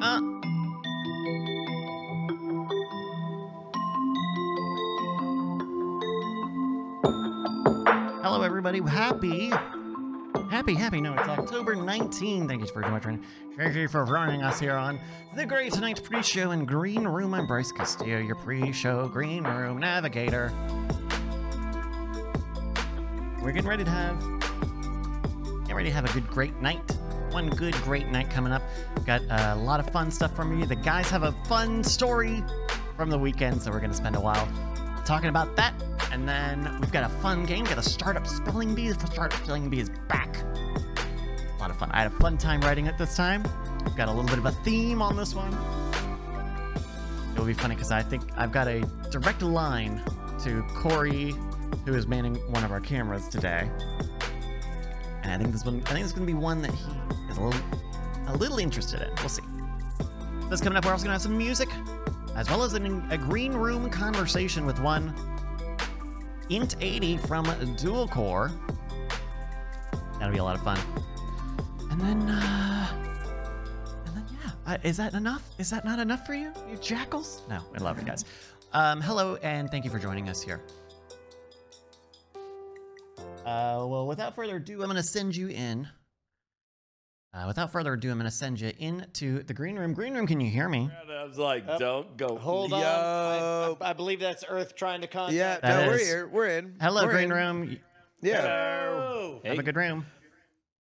Uh, hello, everybody. Happy, happy, happy. No, it's October 19. Thank you for joining. Thank you for joining us here on the Great Tonight Pre-Show and Green Room. I'm Bryce Castillo, your pre-show Green Room navigator. We're getting ready to have, getting ready to have a good, great night. One good, great night coming up. Got a lot of fun stuff from you. The guys have a fun story from the weekend, so we're gonna spend a while talking about that. And then we've got a fun game. Got a startup spelling bee. The startup spelling bee is back. A lot of fun. I had a fun time writing it this time. We've got a little bit of a theme on this one. It'll be funny because I think I've got a direct line to Corey, who is manning one of our cameras today. And I think this one, I think it's going to be one that he is a little, a little interested in. We'll see. That's coming up. We're also going to have some music, as well as an, a green room conversation with one Int80 from Dual Core. That'll be a lot of fun. And then, uh, and then yeah, uh, is that enough? Is that not enough for you, you jackals? No, I love you guys. Um, hello, and thank you for joining us here. Uh, well, without further ado, I'm going to send you in. Uh, without further ado, I'm going to send you into the green room. Green room, can you hear me? And I was like, Up. don't go. Hold on. I, Yo. I, I believe that's Earth trying to contact. Yeah, us. That no, we're is- here. We're in. Hello, We're green in. room. Yeah. Hello. Have a Hey. good room.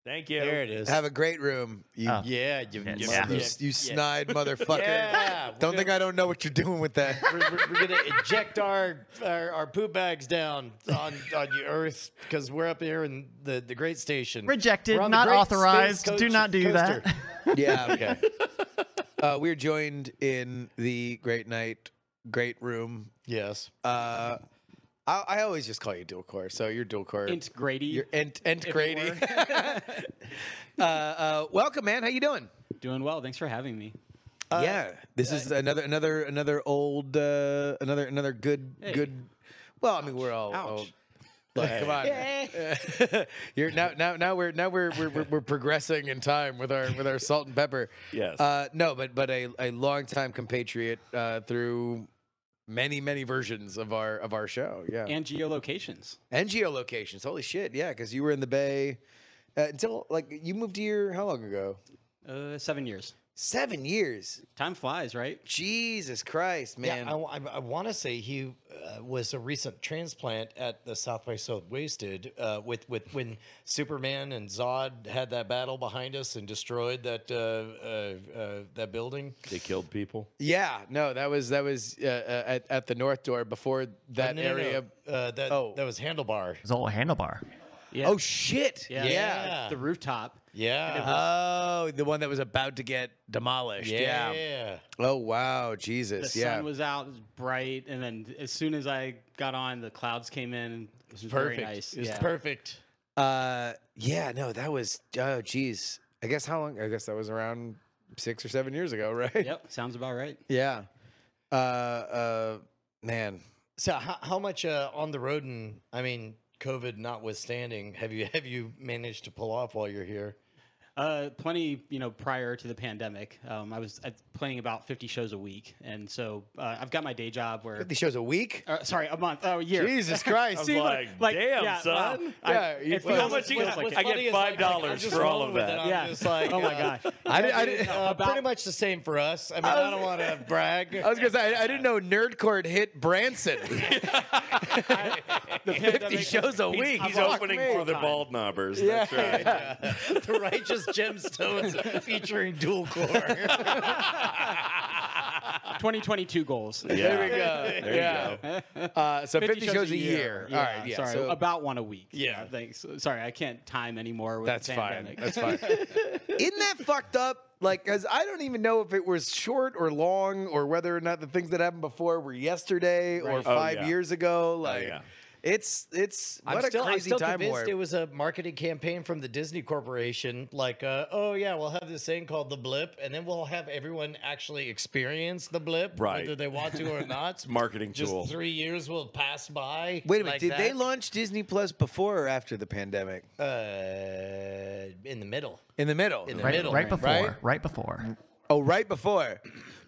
Thank you. There it is. Have a great room. You, Oh. yeah, Yes. you, you you, Yeah. mother- you s- you snide motherfucker. Yeah, we're Don't think I gonna- don't know what you're doing with that. We're, we're- we're gonna eject our, our our poo bags down on on your Earth because we're up here in the the Great Station. Rejected, We're on the not Great authorized. Space do Coach- not do Coaster. that. yeah. Okay. Uh, we're joined in the great night, great room. Yes. Uh, I, I always just call you dual core. So you're dual core. Int Grady. you're ent, ent it Grady. uh, uh, welcome, man. How you doing? Doing well. Thanks for having me. Uh, yeah, this is another another another old uh, another another good Hey. good. Well, I mean, we're all Ouch. old. Look, come on. You're now now now we're now we're we're, we're we're progressing in time with our with our salt and pepper. Yes. Uh, no, but but a a longtime compatriot uh, through many many versions of our of our show. Yeah. And geolocations. And geolocations. Holy shit. Yeah, because you were in the Bay uh, until like you moved here. How long ago? Uh, seven years. Seven years. Time flies, right? Jesus Christ, man. Yeah, I, wa- I, want to say he uh, was a recent transplant at the South by Southwasted uh, with with when Superman and Zod had that battle behind us and destroyed that uh, uh, uh, that building. They killed people. Yeah, no, that was that was uh, uh, at at the north door before Uh, that no, no, no, area. uh, that oh. that was Handlebar. It's all handlebar. Yeah. Oh shit! yeah. yeah. The rooftop. Yeah. Oh, the one that was about to get demolished. Yeah. yeah. Oh wow, The Jesus. sun yeah. was out, it was bright, and then as soon as I got on, the clouds came in. and It was very Perfect. nice. It's yeah. perfect. uh, yeah. No, that was. Oh, geez. I guess how long? I guess that was around six or seven years ago, right? Yep. Sounds about right. Yeah. Uh, uh, man. So how, how much uh, on the road and I mean COVID notwithstanding, have you have you managed to pull off while you're here? Uh, plenty, you know, prior to the pandemic, um, I was uh, playing about 50 shows a week. And so uh, I've got my day job where. Fifty shows a week. Uh, sorry, a month. Oh, a year. Jesus Christ. See, like, damn, yeah, wow. son. I- Yeah, you- it Well, how feels- much you feels got? like it. I get funny is, like, $5 I'm just for all rolling of with it. that. I'm Yeah. just like, oh my uh, gosh. I, did, I, did, Uh, About- pretty much the same for us. I mean, I, don't want to brag. I was gonna say I, I didn't know Nerdcourt hit Branson. The 50 shows a week. He's Fuck opening me. for the bald knobbers. That's right. the righteous gemstones featuring dual core. 2022 goals. Yeah. There we go. There you yeah. Uh, so 50, shows, a year. Yeah, All right. Yeah. sorry, so about one a week. Yeah. thanks. Sorry, I can't time anymore. With that's the fine. pandemic. That's fine. Isn't that fucked up? Like, because I don't even know if it was short or long or whether or not the things that happened before were yesterday or Right. Oh, five yeah. years ago. Like, yeah. It's it's I'm what still, a I'm crazy still time convinced warp. it was a marketing campaign from the Disney Corporation. Like, uh, oh yeah, we'll have this thing called the blip, and then we'll have everyone actually experience the blip, Right. whether they want to or not. Marketing Just tool. three years will pass by. Wait a minute, like did they that. launch Disney Plus before or after the pandemic? Uh, in the middle. In the middle. In the right, middle, right before, right, right? before. oh, right before,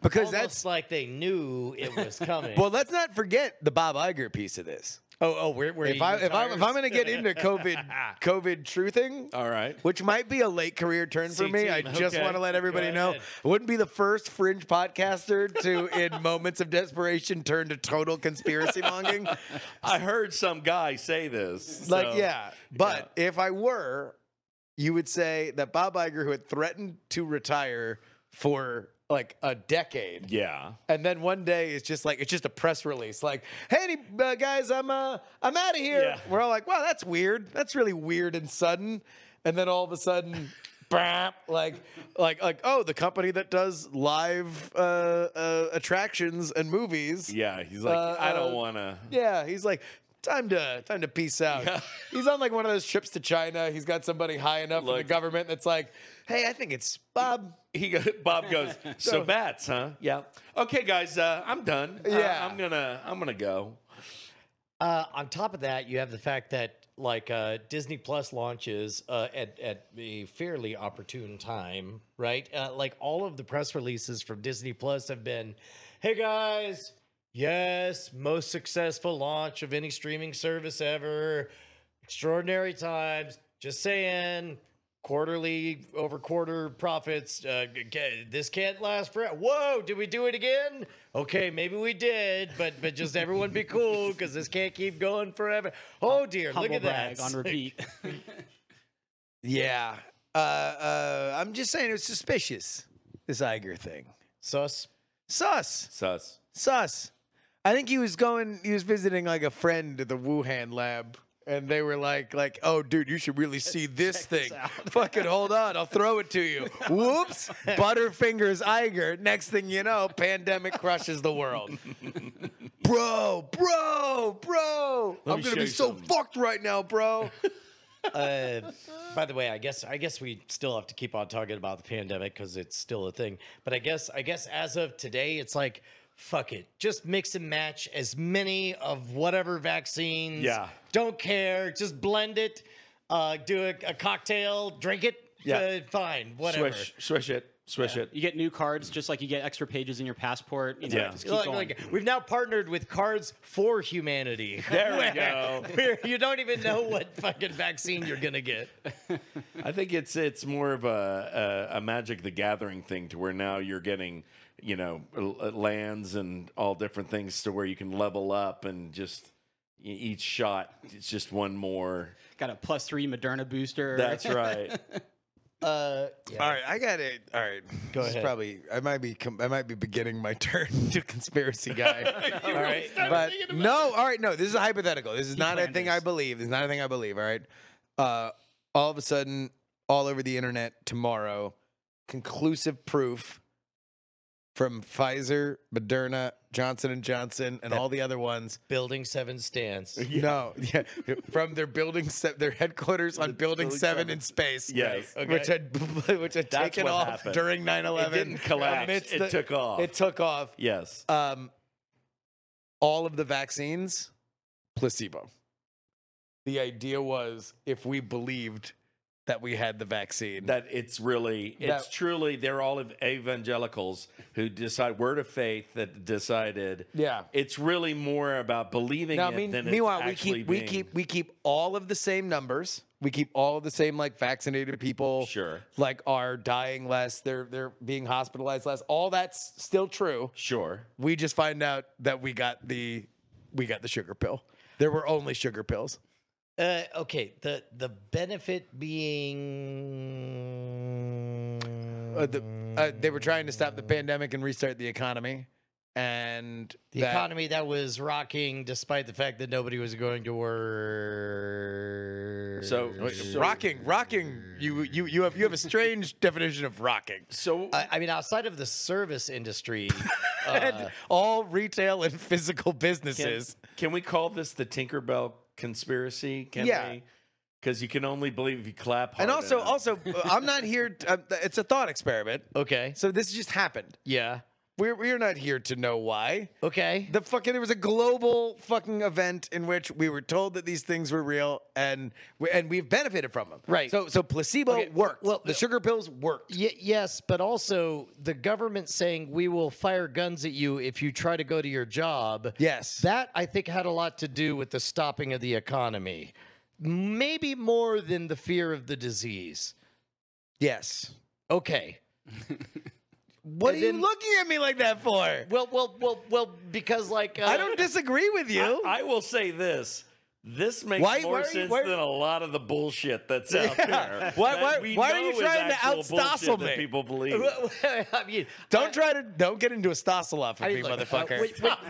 because Almost that's like they knew it was coming. well. Let's not forget the Bob Iger piece of this. oh, oh, we're, we're If I if I'm, if I'm going to get into COVID COVID truthing, All right. which might be a late career turn for me. CT, I just okay. want to let everybody Go know ahead. I wouldn't be the first fringe podcaster to, in moments of desperation, turn to total conspiracy mongering. I heard some guy say this. Like, so- yeah, but if I were, you would say that Bob Iger, who had threatened to retire for like a decade, Yeah. and then one day it's just like it's just a press release, like, "Hey uh, guys, I'm uh, I'm out of here." Yeah. We're all like, "Wow, that's weird. That's really weird and sudden." And then all of a sudden, bam, like, like, like, oh, the company that does live uh, uh, attractions and movies. Yeah. He's like, Uh, I uh, don't want to. Yeah, he's like, time to time to peace out. He's on like one of those trips to China. He's got somebody high enough in Look. the government that's like, hey, I think it's um, Bob. He go, Bob goes. so bats, huh? Yeah. Okay, guys. Uh, I'm done. Uh, Yeah. I'm gonna. I'm gonna go. Uh, on top of that, you have the fact that like uh, Disney Plus launches uh, at at a fairly opportune time, right? Uh, like all of the press releases from Disney Plus have been, "Hey guys, yes, most successful launch of any streaming service ever, extraordinary times." Just saying, quarterly over quarter profits. Uh, g- g- this can't last forever. Whoa, did we do it again? Okay, maybe we did, but but just everyone be cool because this can't keep going forever. Oh dear, Humble look at brag that. on repeat. Yeah. Uh, uh, I'm just saying it was suspicious, this Iger thing. Sus. Sus. Sus. Sus. I think he was going, he was visiting like a friend at the Wuhan lab. And they were like, like, oh, dude, you should really see this thing. Fucking hold on, I'll throw it to you. Whoops, Butterfingers Iger. Next thing you know, pandemic crushes the world. bro, bro, bro. Let I'm me gonna show be you so something. fucked right now, bro. Uh, by the way, I guess I guess we still have to keep on talking about the pandemic because it's still a thing. But I guess I guess as of today, it's like. Fuck it. Just mix and match as many of whatever vaccines. Yeah. Don't care. Just blend it. Uh, do a, a cocktail. Drink it. Yeah. Uh, fine. Whatever. Swish. Swish it. Swish it. you get new cards, just like you get extra pages in your passport. You know, Yeah. just keep Like, going. like, we've now partnered with Cards for Humanity. There we go. Where you don't even know what fucking vaccine you're gonna get. I think it's it's more of a, a a Magic the Gathering thing to where now you're getting you know l- uh, lands and all different things to where you can level up and just e- each shot it's just one more. Got a plus three Moderna booster. That's right. Uh, yeah. All right, I got it. All right, Go This is ahead. Probably, I might be, com- I might be beginning my turn to conspiracy guy. all right, started but thinking about no, all right, no. This is a hypothetical. This is not a planned thing this. I believe. This is not a thing I believe. All right. Uh, all of a sudden, all over the internet tomorrow, conclusive proof from Pfizer, Moderna, Johnson and Johnson, and all the other ones. Building Seven stands. No, yeah, from their building, se- their headquarters on building, building seven, seven. in space. Yes. Okay. which had which had That's taken what off happened. during 9/11. It didn't collapse. amidst It took off. It took off. yes. Um, all of the vaccines, placebo. The idea was if we believed that we had the vaccine, that it's really it's That- truly they're all ev- evangelicals who decide word of faith that decided yeah. it's really more about believing Now, it I mean, than meanwhile, it's we actually keep we being- keep we keep all of the same numbers. We keep all of the same like vaccinated people. Sure. Like are dying less. They're they're being hospitalized less. All that's still true. sure we just find out that we got the we got the sugar pill. There were only sugar pills. Uh, okay. The the benefit being. Uh, the, uh, they were trying to stop the pandemic and restart the economy, and the that- economy that was rocking despite the fact that nobody was going to work. so, so rocking, rocking. You you you have you have a strange definition of rocking. so I, I mean, outside of the service industry, uh, All retail and physical can, businesses. can we call this the Tinkerbell conspiracy? Can Yeah. Because you can only believe if you clap hard And also, enough. also, I'm not here. To, uh, it's a thought experiment. Okay. So this just happened. Yeah. We're we're not here to know why. Okay. The fucking there was a global fucking event in which we were told that these things were real and we, and we've benefited from them. Right. So so placebo Okay, worked. well, Well, the sugar pills worked. Y- yes, but also the government saying we will fire guns at you if you try to go to your job. Yes. That I think had a lot to do with the stopping of the economy. Maybe more than the fear of the disease. yes. Okay. What And are then- you looking at me like that for? Well, well, well, well, because like uh, I don't disagree with you. I, I will say this. This makes Why- more why are you- sense why- than a lot of the bullshit that's out there. Why- that why- we why are you know is trying to actual outstossel bullshit that me? People believe. I mean, don't try to don't get into a stossel off with I me, mean, look, uh, motherfucker.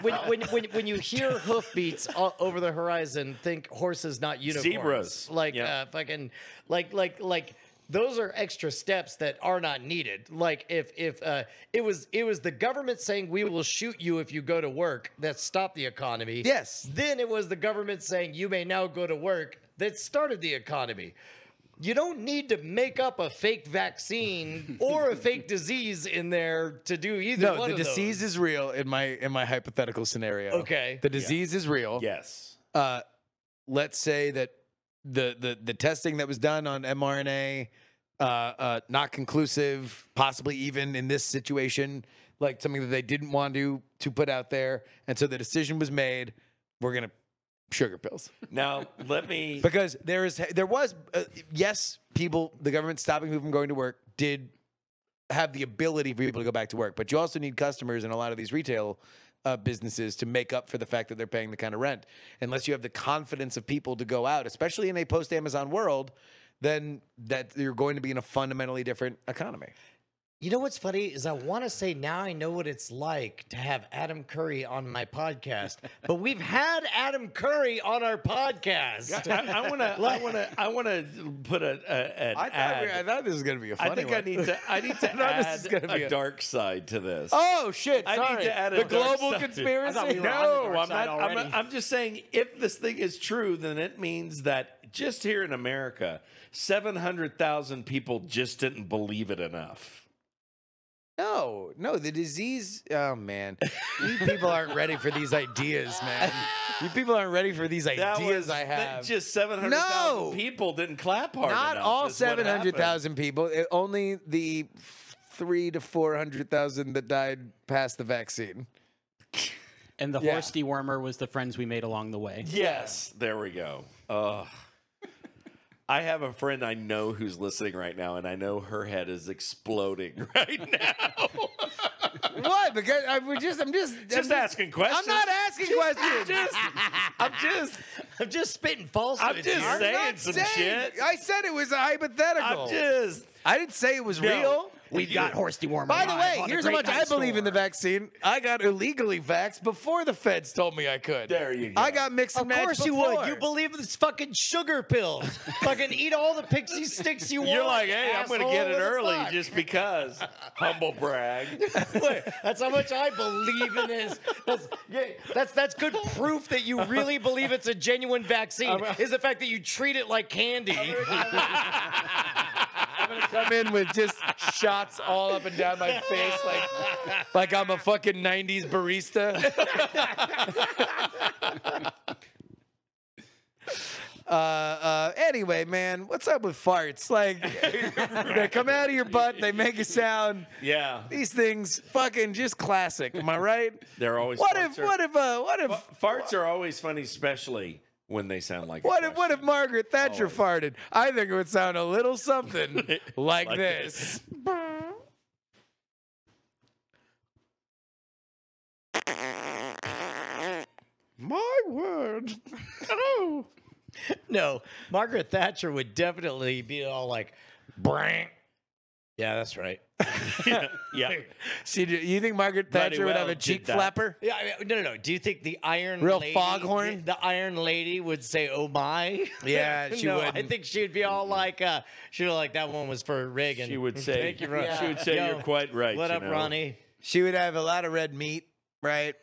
when, when, when, when, when you hear hoofbeats o- over the horizon, think horses, not unicorns. Zebras. Like Yeah. uh, fucking, like like like. Those are extra steps that are not needed. Like if if uh, it was it was the government saying we will shoot you if you go to work that stopped the economy. Yes. Then it was the government saying you may now go to work that started the economy. You don't need to make up a fake vaccine or a fake disease in there to do either. no, one the of those. disease is real in my in my hypothetical scenario. Okay. The disease is real. Yes. uh, let's say that the, the the testing that was done on mRNA uh, uh, not conclusive, possibly even in this situation, like something that they didn't want to to put out there, and so the decision was made: we're gonna sugar pills Now let me. because there is there was uh, yes, people the government stopping people from going to work did have the ability for people to go back to work, but you also need customers in a lot of these retail uh, businesses to make up for the fact that they're paying the kind of rent. Unless you have the confidence of people to go out, especially in a post Amazon world, then that you're going to be in a fundamentally different economy. You know what's funny is I want to say now I know what it's like to have Adam Curry on my podcast, but we've had Adam Curry on our podcast. I want to. I want to. I want to put a. a an ad. thought this was going to be a I think I need to. I need to No, this is add gonna be a, a- dark side to this. Oh shit! I Sorry. need to add a the dark global side. I conspiracy. thought we were on the no, dark I'm side not, I'm already. not. I'm just saying, if this thing is true, then it means that just here in America, seven hundred thousand people just didn't believe it enough. No, no, the disease. Oh man, you people aren't ready for these ideas, man. You people aren't ready for these That ideas was I that have. just seven hundred thousand No! people didn't clap hard Not enough, all is what seven happened. hundred thousand people. it- only the f- three to four hundred thousand that died past the vaccine. And the Yeah. horse dewormer was the friends we made along the way. Yes, there we go. Ugh. I have a friend I know who's listening right now, and I know her head is exploding right now. What? Because I was just, I'm just, I'm just asking questions. I'm not asking questions. I'm just, I'm just spitting falsehoods. I'm just here. I'm not saying some shit. I said it was a I'm hypothetical. just. I didn't say it was No. real. We've got horse dewormer. By the way, here's how much I believe in the vaccine. I got illegally vaxxed before the feds told me I could. There you I go. got mixed Of and matched course you before. would. You believe in this fucking sugar pill. fucking eat all the pixie sticks you want. You're like, hey, I'm going to get asshole. it What the early fuck?" just because. Humble brag. That's how much I believe in this. That's, yeah, that's that's good proof that you really believe it's a genuine vaccine. is the fact that you treat it like candy. come in with just shots all up and down my face, like like I'm a fucking '90s barista. Uh, uh, anyway, man, what's up with farts? Like, they come out of your butt, they make a sound. Yeah. These things, fucking, just classic. Am I right? They're always What farts if, are- what if, uh, what if, farts are always funny, especially when they sound like a What if what if question. Margaret Thatcher farted? I think it would sound a little something like, Like this. My word. Oh. no, Margaret Thatcher would definitely be all like, "Brank." Yeah, that's right. Yeah. See, do you think Margaret Bloody Thatcher would have well a did cheek that. flapper? Yeah, I mean, no, no, no. Do you think the Iron Real Lady, foghorn? The, the Iron Lady would say, "Oh my"? Yeah, she no, I wouldn't. think she'd be all like, uh, "She would like that one was for Reagan." She would say, Thank you, Ron. she would say Yo, you're quite right. What you up, know. Ronnie? She would have a lot of red meat, right?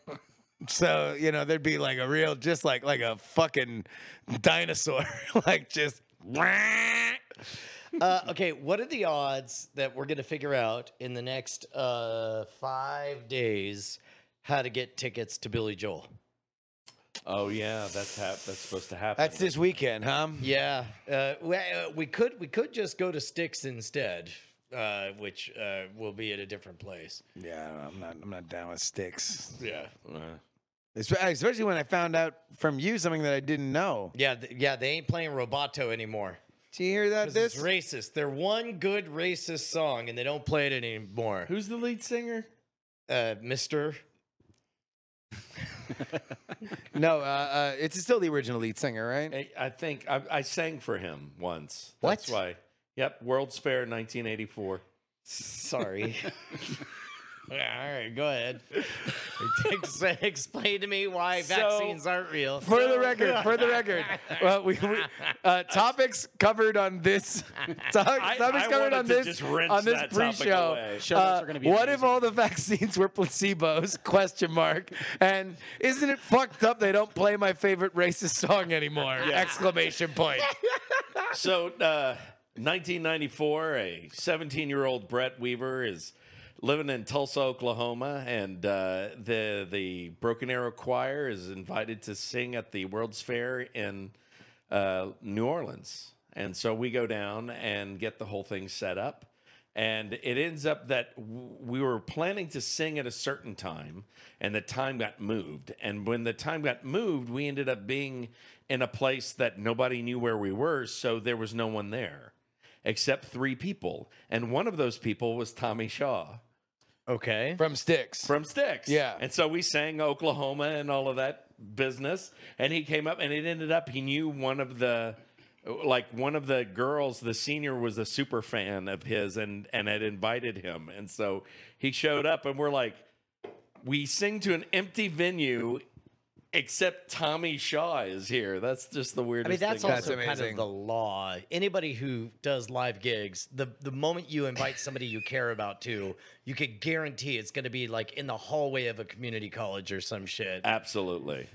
So you know, there'd be like a real, just like like a fucking dinosaur, like just. Uh, okay, what are the odds that we're going to figure out in the next uh, five days how to get tickets to Billy Joel? Oh yeah, that's hap- that's supposed to happen. That's this weekend, huh? Yeah, uh, we, uh, we could we could just go to Sticks instead, uh, which uh, will be at a different place. Yeah, I'm not. I'm not down with sticks. Yeah, Uh, Espe- Especially when I found out from you something that I didn't know. yeah, th- yeah. They ain't playing Roboto anymore. Do you hear that? 'Cause It's This racist. They're one good racist song, and they don't play it anymore. who's the lead singer? Uh, Mister. no, uh, uh, it's still the original lead singer, right? I, I think I, I sang for him once. That's What? why. Yep, World's Fair, 1984. Sorry. All right, go ahead. Ex- Explain to me why So- vaccines aren't real. For the record, for the record, well, we, we uh, topics covered on this. topic- I- topics I covered wanted on to this just rinse on this that topic pre-show. away. Show notes Uh, are gonna be what if amazing. all the vaccines were placebos? Question mark. And isn't it fucked up they don't play my favorite racist song anymore? Exclamation point. so, uh, 1994, a 17 year old Brett Weaver is living in Tulsa, Oklahoma, and uh, the the Broken Arrow Choir is invited to sing at the World's Fair in uh, New Orleans. And so we go down and get the whole thing set up. And it ends up that w- we were planning to sing at a certain time, and the time got moved. And when the time got moved, we ended up being in a place that nobody knew where we were, so there was no one there except three people. And one of those people was Tommy Shaw Okay. From Sticks. from Styx. Yeah. And so we sang Oklahoma and all of that business. And he came up and it ended up he knew one of the like one of the girls, the senior was a super fan of his and and had invited him. And so he showed up and we're like, we sing to an empty venue except Tommy Shaw is here. That's just the weirdest I mean, that's thing. That's also kind amazing. of the law. Anybody who does live gigs, the, the moment you invite somebody you care about to, you could guarantee it's going to be like in the hallway of a community college or some Uh, shit. Absolutely.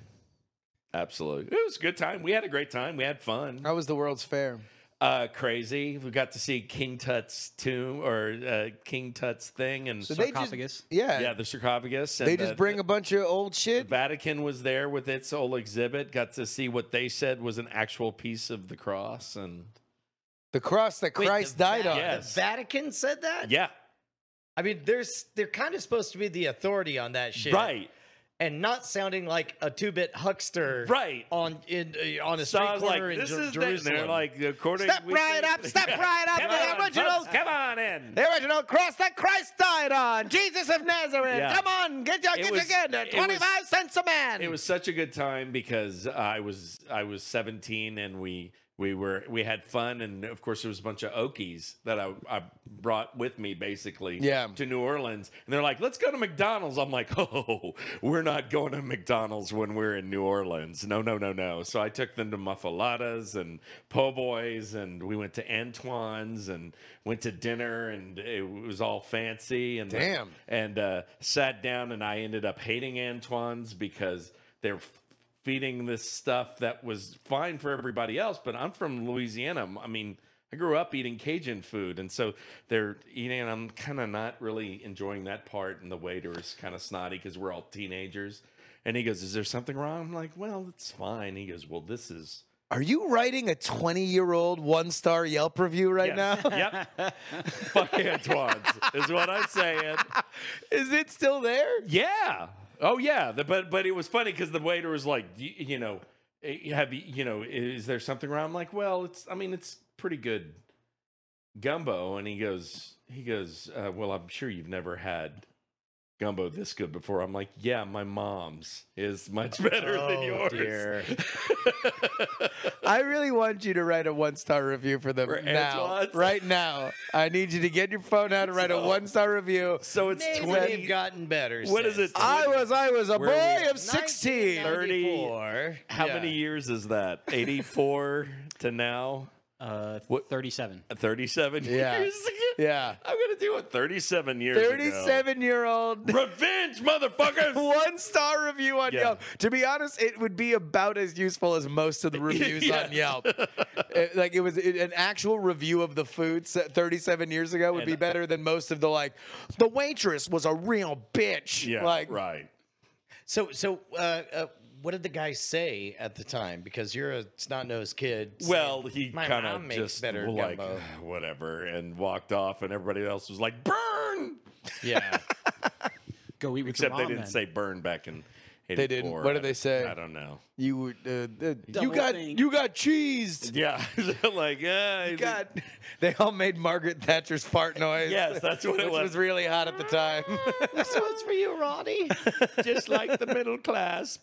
Absolutely. It was a good time. We had a great time. We had fun. How was the World's Fair? uh, crazy. We got to see King Tut's tomb or uh, King Tut's thing, and they just- Sarcophagus. yeah, yeah, the sarcophagus. And they just the- bring the a bunch of old shit. Vatican was there with its whole exhibit. Got to see what they said was an actual piece of the cross, and The cross that Wait, the Christ died Va- on. Yeah. The Yes. Vatican said that? yeah, I mean, there's they're kind of supposed to be the authority on that shit. right, And not sounding like a two-bit huckster. right. On in uh, on a So street I was like, corner in "This Jer- is the-" and Jerusalem. They're like, according. Step we right think- up, step right up, Come the on, originals. folks, come on in. The original cross that Christ died on. Jesus of Nazareth. Yeah. Come on, get your It get was- your gander. it was- Twenty five cents a man. It was such a good time because I was I was 17 and we we were we had fun and of course there was a bunch of Okies that I, I brought with me basically Yeah. to New Orleans and they're like let's go to McDonald's I'm like oh we're not going to McDonald's when we're in New Orleans no no no no so I took them to Muffaladas and Po' Boys and we went to Antoine's and went to dinner and it was all fancy and Damn. and uh, sat down and I ended up hating Antoine's because they're f- feeding this stuff that was fine for everybody else, but I'm from Louisiana. I mean, I grew up eating Cajun food, and so they're eating, and I'm kind of not really enjoying that part. And the waiter is kind of snotty because we're all teenagers. And he goes, "Is there something wrong?" I'm like, "Well, it's fine." He goes, "Well, this is Are you writing a twenty year old one star Yelp review right Yes. now? yep, fuck Antoine's," is what I'm saying. Is it still there? Yeah. Oh yeah. The, but but it was funny because the waiter was like, "Do you, you know, eh, have you you know, is there something wrong? I'm like, well, it's I mean, it's pretty good gumbo. And he goes, he goes, uh, well, I'm sure you've never had gumbo this good before. I'm like, yeah, my mom's is much better than Oh, yours. dear. I really want you to write a one star review for them For now. Antoine's? Right now. I need you to get your phone out and write a So- one star review. So it's Maybe they've twenty. gotten better. What is since. it? I was I was a Where are we? boy of sixteen. 30. 1994. How yeah. many years is that? 84 to now Uh, What- 37. 37 Yeah. years. Yeah. I'm gonna do it 37 years ago. 37 year old. Revenge, motherfuckers! One star review on Yeah. Yelp. To be honest, it would be about as useful as most of the reviews on Yelp. It- like it was it- an actual review of the food set 37 years ago would be better than most of the like. The waitress was a real bitch. yeah, like right. So, so uh, uh, what did the guy say at the time? Because you're a snot nosed kid. saying, Well, he "My kind mom of makes just better was like gumbo." whatever and walked off, and everybody else was like burn. yeah, Go eat with your Except they mom, didn't then. say burn back in. 84. didn't. What did I- they say? I don't know. you would. Uh, uh, you Double got think. you got cheesed. Yeah, like yeah, God, they all made Margaret Thatcher's fart noise. Yes, that's what it which was. was really hot at the time. this one's for you, Ronnie. just like the middle class.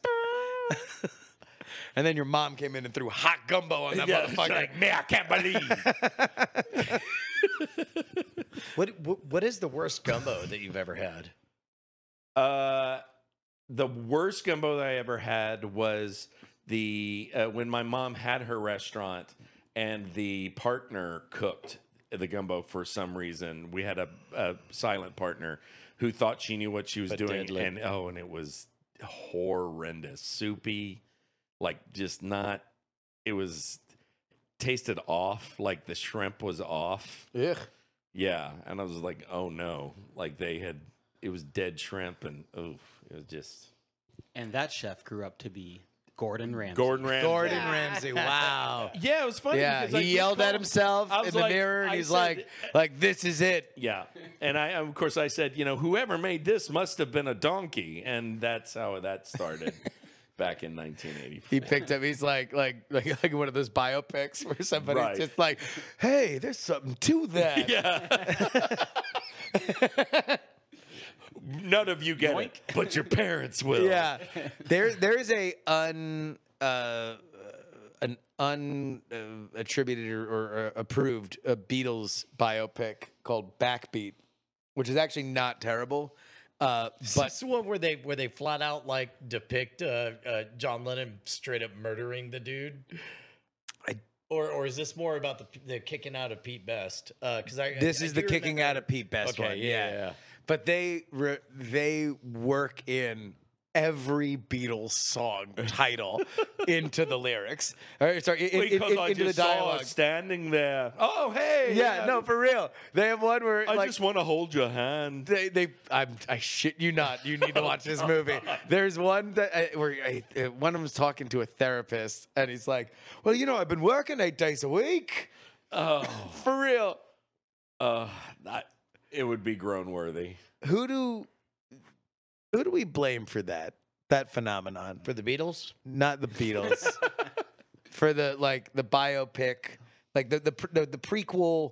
and then your mom came in and threw hot gumbo on that yeah, it's motherfucker. like man, I can't believe. What, what what is the worst gumbo that you've ever had? Uh, the worst gumbo that I ever had was the uh, when my mom had her restaurant and the partner cooked the gumbo for some reason. We had a, a silent partner who thought she knew what she was But doing, deadly. and oh, and it was horrendous, soupy, like just not. It was tasted off, like the shrimp was off. Ugh. Yeah, and I was like, oh no, like they had it was dead shrimp, and oof, it was just And that chef grew up to be Gordon Ramsay. Gordon Ramsay. Gordon Ramsay. Wow. Yeah, it was funny. Yeah, because I he just yelled at called- himself I was in the like- mirror, and I he's said- like, "Like this is it." Yeah, and I of course I said, you know, whoever made this must have been a donkey, and that's how that started back in 1984. He picked up. He's like, like, like, like one of those biopics where somebody's Right. just like, "Hey, there's something to that." Yeah. None of you get it, but your parents will. Yeah. there, there is a un, uh, an un uh, attributed or, or uh, approved uh, Beatles biopic called Backbeat, which is actually not terrible. Uh, but This one where they where they flat out like depict uh, uh, John Lennon straight up murdering the dude. I- or or is this more about the the kicking out of Pete Best? Because I This I is the do kicking remember- out of Pete Best Okay, one. yeah, Yeah. yeah. But they re- they work in every Beatles song title into the lyrics. Or, sorry, in- in- Because in- I into the just saw dialogue. her standing there. Oh, hey. yeah, no, for real. They have one where I like just want to hold your hand. they they I'm, I shit you not. You need to watch this movie. There's one that I, where I, uh, one of them's talking to a therapist and he's like, "Well, you know, I've been working eight days a week Oh, for real." uh, that, it would be grown worthy. Who do who do we blame for that that phenomenon? for the Beatles. not the Beatles. For the like the biopic, like the the pre- the, the prequel,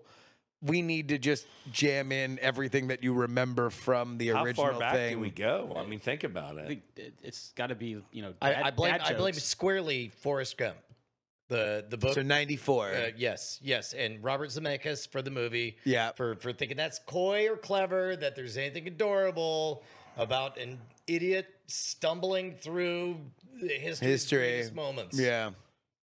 we need to just jam in everything that you remember from the How original far back thing. do we go? I mean, think about I it. think it, it's got to be you know. I, dad- I blame dad I blame jokes. squarely Forrest Gump, the the book. So ninety four. Uh, yes, yes, and Robert Zemeckis for the movie. Yeah. for for thinking that's coy or clever that there's anything adorable about an idiot stumbling through history History. moments. yeah.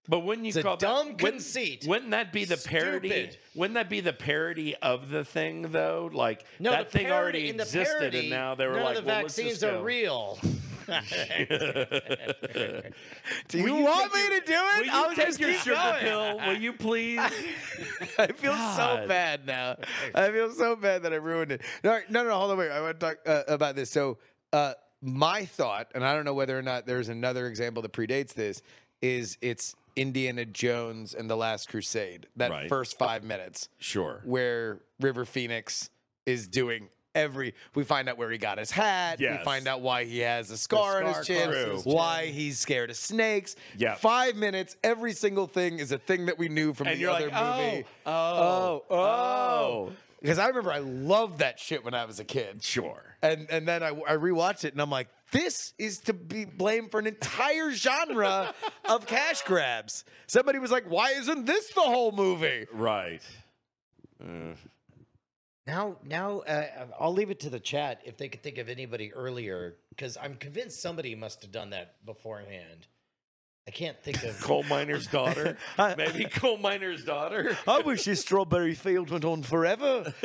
But wouldn't you a call dumb that, conceit. Wouldn't, wouldn't that be the parody? Stupid. Wouldn't that be the parody of the thing though? Like No, that the thing parody- already in the existed, parody, and now they were none like, of the well, let's vaccines just are go. real. Do you, want me to do Will it? you I'll take just your keep sugar going. pill? Will you please? I feel so God. bad now. I feel so bad that I ruined it. No, no, no. Hold on, wait. I want to talk uh, about this. So, uh, my thought, and I don't know whether or not there's another example that predates this, is it's Indiana Jones and the Last Crusade. That Right. first five minutes sure. where River Phoenix is doing every. We find out where he got his hat. We Yes. find out why he has a scar, on scar his chin. across his Why he's scared of snakes. Yeah. Five minutes. Every single thing is a thing that we knew from And the you're other like, movie. oh, oh, oh. Because I remember I loved that shit when I was a kid. Sure. And and then I, I rewatched it and I'm like, this is to be blamed for an entire genre of cash grabs. Somebody was like, why isn't this the whole movie? Right. Uh, Now, now uh, I'll leave it to the chat if they could think of anybody earlier, because I'm convinced somebody must have done that beforehand. I can't think of. Coal miner's daughter. I- Maybe coal miner's daughter. I wish this strawberry field went on forever.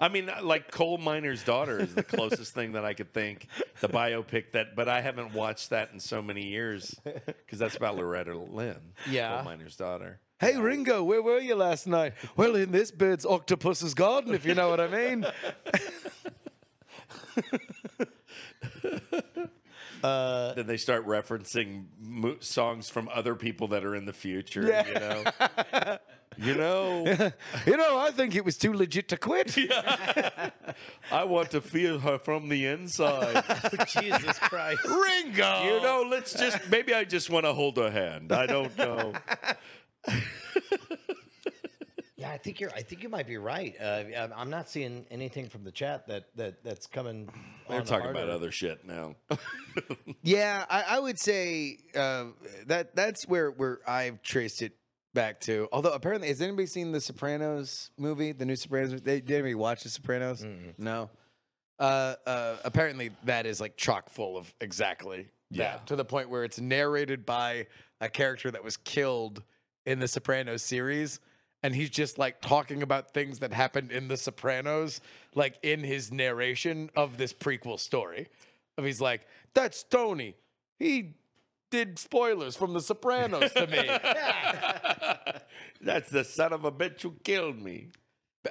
I mean, like coal miner's daughter is the closest thing that I could think. The biopic that, but I haven't watched that in so many years because that's about Loretta Lynn. Yeah. coal miner's daughter. Hey Ringo, where were you last night? Well, in this bird's octopus's garden, if you know what I mean. Then they start referencing mo- songs from other people that are in the future. You know, you know, You know, I think it was too legit to quit. I want to feel her from the inside. Jesus Christ. Ringo. You know, let's just maybe I just want to hold her hand. I don't know. Yeah, I think you're. I think you might be right. Uh, I'm- I'm not seeing anything from the chat that that that's coming. They're on the talking hard about end. other shit now. Yeah, I, I would say uh, that that's where where I've traced it back to. Although apparently, has anybody seen the Sopranos movie, the new Sopranos? movie? They, did anybody watch the Sopranos? No. Uh, uh, apparently, that is like chock full of exactly Yeah. that to the point where it's narrated by a character that was killed in the Sopranos series. And he's just like talking about things that happened in The Sopranos, like in his narration of this prequel story. Of he's like, that's Tony. He did spoilers from The Sopranos to me, That's the son of a bitch who killed me.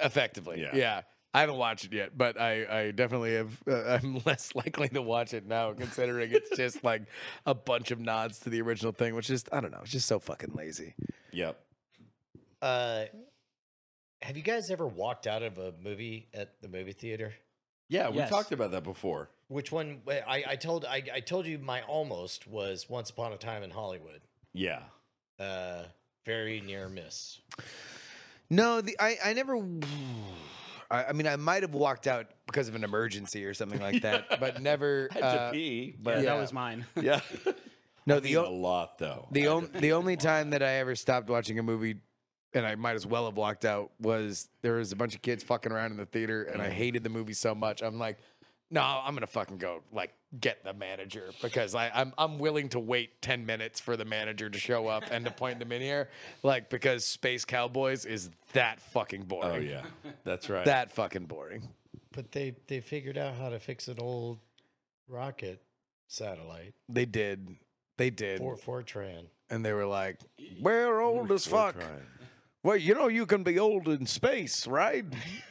effectively. Yeah. Yeah. I haven't watched it yet, but I, I definitely have. Uh, I'm less likely to watch it now, considering it's just like a bunch of nods to the original thing, which is, I don't know, it's just so fucking lazy. Yep. Uh, have you guys ever walked out of a movie at the movie theater? Yeah, we Yes. talked about that before. Which one? well, I, I told I, I told you my almost was Once Upon a Time in Hollywood. Yeah. Uh, very near miss. No, the I, I never. I, I mean, I might have walked out because of an emergency or something like that, but never. uh, pee, Yeah, but that Yeah. was mine. yeah. no, the the a o- lot though. the on, the only time that I ever stopped watching a movie, and I might as well have walked out, was there was a bunch of kids fucking around in the theater, and Mm. I hated the movie so much. I'm like, no, I'm gonna fucking go like get the manager because I I'm I'm willing to wait ten minutes for the manager to show up and to point the here, like because Space Cowboys is that fucking boring. oh yeah, that's right. that fucking boring. But they they figured out how to fix an old rocket satellite They did. They did. for Fortran. And they were like, we're old as fuck. Well, you know, you can be old in space, right?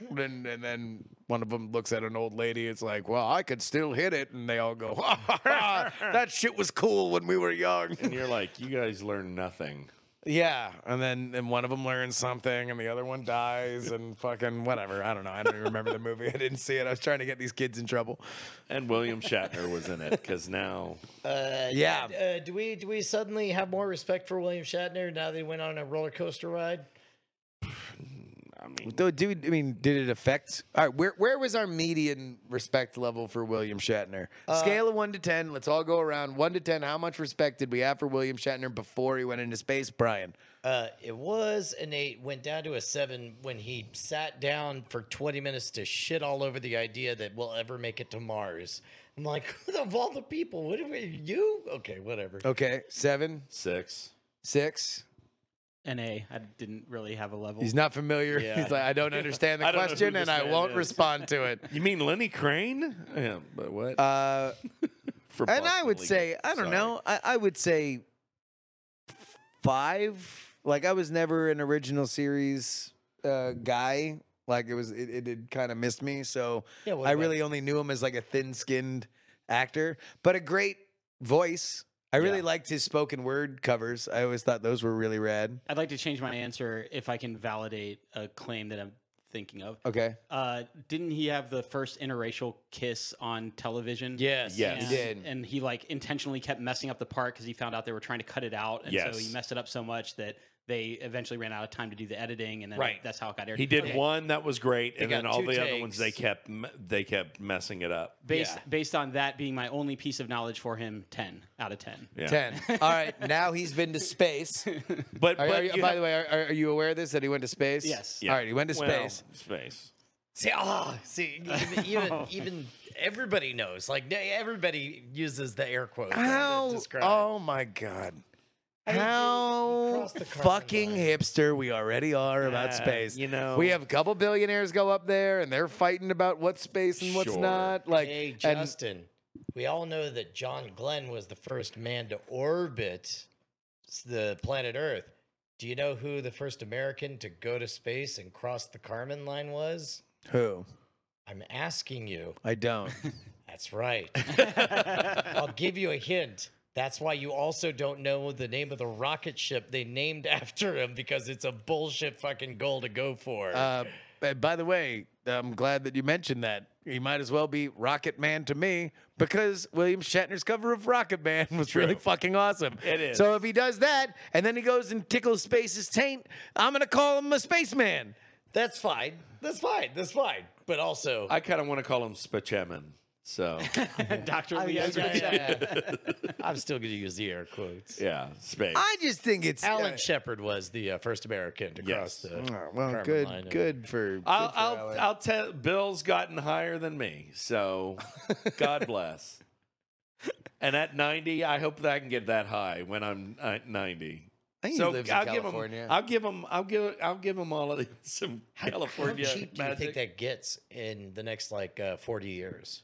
and, and then one of them looks at an old lady. It's like, well, I could still hit it. And they all go, "Ha, ha, ha, that shit was cool when we were young. And you're like, you guys learn nothing. yeah. And then and one of them learns something and the other one dies and fucking whatever. I don't know. I don't even remember the movie. I didn't see it. I was trying to get these kids in trouble. And William Shatner was in it because now Uh, Yeah. Uh, do we do we suddenly have more respect for William Shatner now that he went on a roller coaster ride? I mean Though, dude, I mean, did it affect? All right, where where was our median respect level for William Shatner? Uh, Scale of one to ten. Let's all go around one to ten. How much respect did we have for William Shatner before he went into space, Brian? Uh, it was an eight, went down to a seven when he sat down for 20 minutes to shit all over the idea that we'll ever make it to Mars. I'm like, of all the people, what are we, you? Okay, whatever. Okay, seven, six. six. Na, I didn't really have a level. He's not familiar. Yeah. He's like, I don't understand the I don't know who question, this and I man won't is." respond to it. You mean Lenny Crane? Yeah, but what? Uh, For and I Boston would legal. say, I don't Sorry. know. I, I would say five. Like I was never an original series uh, guy. Like it was, it, it, it kind of missed me. So Yeah, what I about- really only knew him as like a thin-skinned actor, but a great voice. I really Yeah. liked his spoken word covers. I always thought those were really rad. I'd like to change my answer if I can validate a claim that I'm thinking of. Okay, Uh, didn't he have the first interracial kiss on television? Yes. Yes. And, He did. And he like intentionally kept messing up the part because he found out they were trying to cut it out, and so Yes. he messed it up so much that they eventually ran out of time to do the editing, and then Right. that's how it got aired. He did Okay. one that was great, and then got all two the other ones they takes. kept m- they kept messing it up. Based Yeah. based on that being my only piece of knowledge for him, ten out of ten. Yeah. ten. All right, now he's been to space. But, Are, but are you, you by have- the way, are, are you aware of this that he went to space? Yes. Yeah. All right, he went to Well, space. Space. See, ah, see, even, even, even everybody knows. Like n- everybody uses the air quotes. to How? describe it. Oh my god. mean, you- you How crossed the carpet fucking line. hipster we already are about Yeah, space. you know. we have a couple billionaires go up there and they're fighting about what's space and what's Sure. not. Like, hey, and- Justin, we all know that John Glenn was the first man to orbit s- the planet Earth. Do you know who the first American to go to space and cross the Karman line was? who? I'm asking you. I don't. That's right. I'll give you a hint. That's why you also don't know the name of the rocket ship they named after him because it's a bullshit fucking goal to go for. uh, and by the way, I'm glad that you mentioned that. He might as well be Rocket Man to me because William Shatner's cover of Rocket Man was really fucking awesome. It is. So if he does that and then he goes and tickles space's taint, I'm gonna call him a spaceman. that's fine. That's fine. That's fine. But also, I kind of want to call him Spachemin. So Doctor Lee. Yeah, Ezra. yeah, yeah. I'm still going to use the air quotes. yeah, space. I just think it's Alan uh, Shepard was the uh, first American to Yes. cross the. oh, well, Carmen good, Lina. good for. I'll good for I'll, Alan. I'll tell. Bill's gotten higher than me, so God bless. And at ninety, I hope that I can get that high when I'm at ninety. I think so he lives I'll in California. give him. I'll give him. I'll give. I'll give him all of these, some California How cheap do you magic. think that gets in the next like uh, 40 years?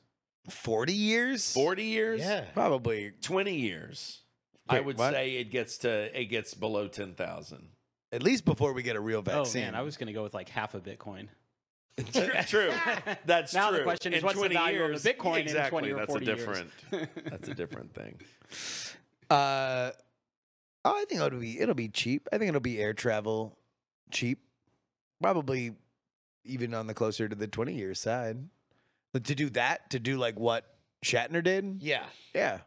Forty years? Forty years. Yeah. Probably. 20 years i Wait, would what? say it gets to it gets below 10,000 At least before we get a real Oh vaccine. man, I was gonna go with like half a Bitcoin. true, true. that's now true the question is, In what's the 20 value years, of a Bitcoin in exactly, twenty or that's forty a years? different that's a different thing Uh, oh, I think it'll be it'll be cheap. I think it'll be air travel cheap, probably even on the closer to the twenty year side. But to do that, to do like what Shatner did, Yeah. yeah,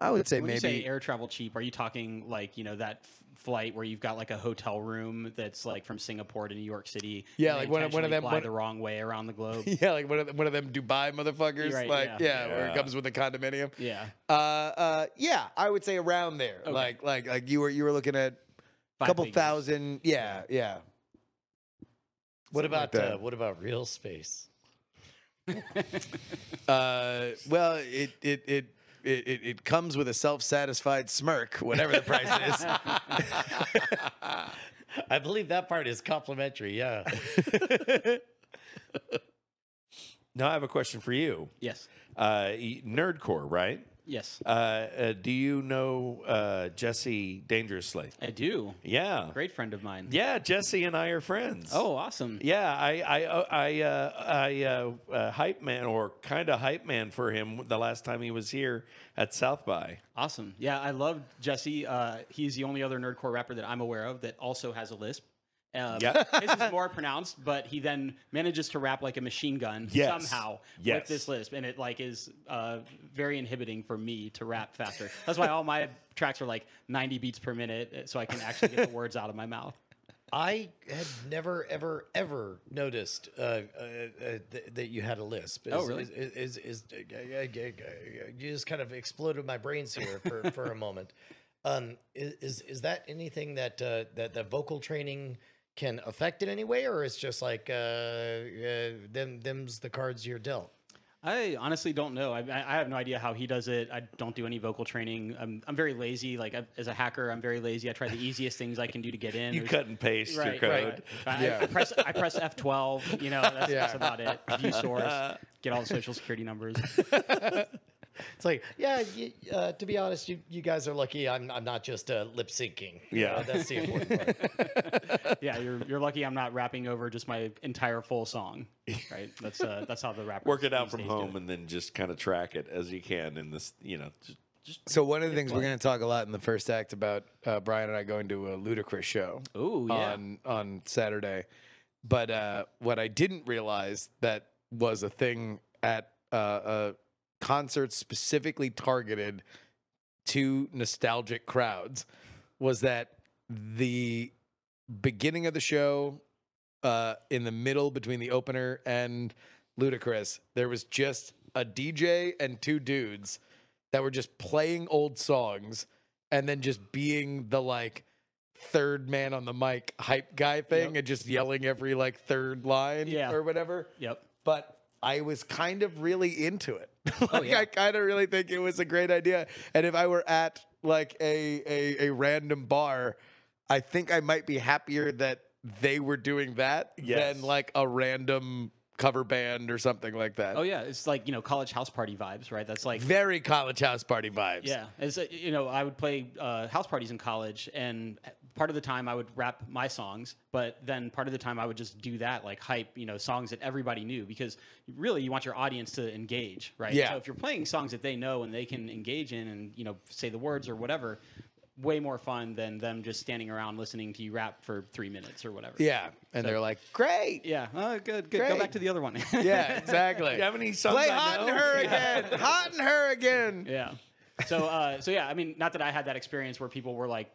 I would say When you say maybe. air travel cheap, are you talking like you know that f- flight where you've got like a hotel room that's like from Singapore to New York City? Yeah, and they like one of- one of intentionally them- fly one- the wrong way around the globe. Yeah, like one of, the- one of them Dubai motherfuckers, Right, like yeah. yeah, where Yeah. it comes with a condominium. yeah, Uh, uh, yeah, I would say around there, Okay. like like like you were you were looking at a Five couple figures. thousand, yeah, yeah. What Something like about that. uh, what about real space? Uh, well, it it it. It, it, it comes with a self-satisfied smirk, whatever the price is. I believe that part is complimentary. Yeah. now i have a question for you Yes. uh y- nerdcore right Yes. uh, uh do you know uh jesse dangerously I do. yeah Great friend of mine. yeah jesse and i are friends Oh, awesome. Yeah, I I I uh, I uh, uh, hype man or kind of hype man for him the last time he was here at South by. Awesome. Yeah, I love Jesse. Uh, he's the only other nerdcore rapper that I'm aware of that also has a lisp. Um, Yeah. his is more pronounced, but he then manages to rap like a machine gun Yes. somehow Yes. with this lisp, and it like is uh, very inhibiting for me to rap faster. That's why all my tracks are like 90 beats per minute, uh, so I can actually get the words out of my mouth. I had never, ever, ever noticed uh, uh, uh, th- that you had a lisp. Oh, Is- really? Is, is, is, uh, you just kind of exploded my brains here for, for a moment. Um, is, is is that anything that uh, that that vocal training can affect in any way, or it's just like uh, uh, them them's the cards you're dealt? I honestly don't know. I, I I have no idea how he does it. I don't do any vocal training. I'm, I'm very lazy. Like I, as a hacker, I'm very lazy. I try the easiest things I can do to get in. You There's- cut and paste your code. I, I press I press F12. You know, that's, that's about it. View source, get all the social security numbers. It's like, yeah. You, uh, to be honest, you, you guys are lucky. I'm I'm not just uh, lip syncing. you know, Yeah. that's the important part. Yeah, you're you're lucky I'm not rapping over just my entire full song. Right? That's uh, that's how the rappers Work it out these from days do home it. and then just kind of track it as you can in this, you know. Just, So one of the things we're going to talk a lot in the first act about uh, Brian and I going to a ludicrous show Ooh, yeah. on on Saturday. But uh, what I didn't realize that was a thing at uh, a concert specifically targeted to nostalgic crowds was that the beginning of the show, uh, in the middle between the opener and Ludacris, there was just a DJ and two dudes that were just playing old songs and then just being the like third man on the mic hype guy thing and just yelling every like third line Yeah. or whatever. Yep. But I was kind of really into it. like yeah. I kind of really think it was a great idea. And if I were at like a a, a random bar, I think I might be happier that they were doing that Yes. than like a random cover band or something like that. Oh yeah, it's like you know college house party vibes, right? That's like Very college house party vibes. yeah. It's uh, you know I would play uh, house parties in college, and part of the time I would rap my songs, but then part of the time I would just do that like hype, you know, songs that everybody knew because really you want your audience to engage, right? Yeah. So if you're playing songs that they know and they can engage in and you know say the words or whatever. Way more fun than them just standing around listening to you rap for three minutes or whatever. Yeah. And they're like, great. Yeah. Oh, good. Good. Go Great. back to the other one. Yeah, exactly. You have any songs Play I hot and know? her again. Hot and her again. Yeah. So, uh, so yeah, I mean, not that I had that experience where people were like,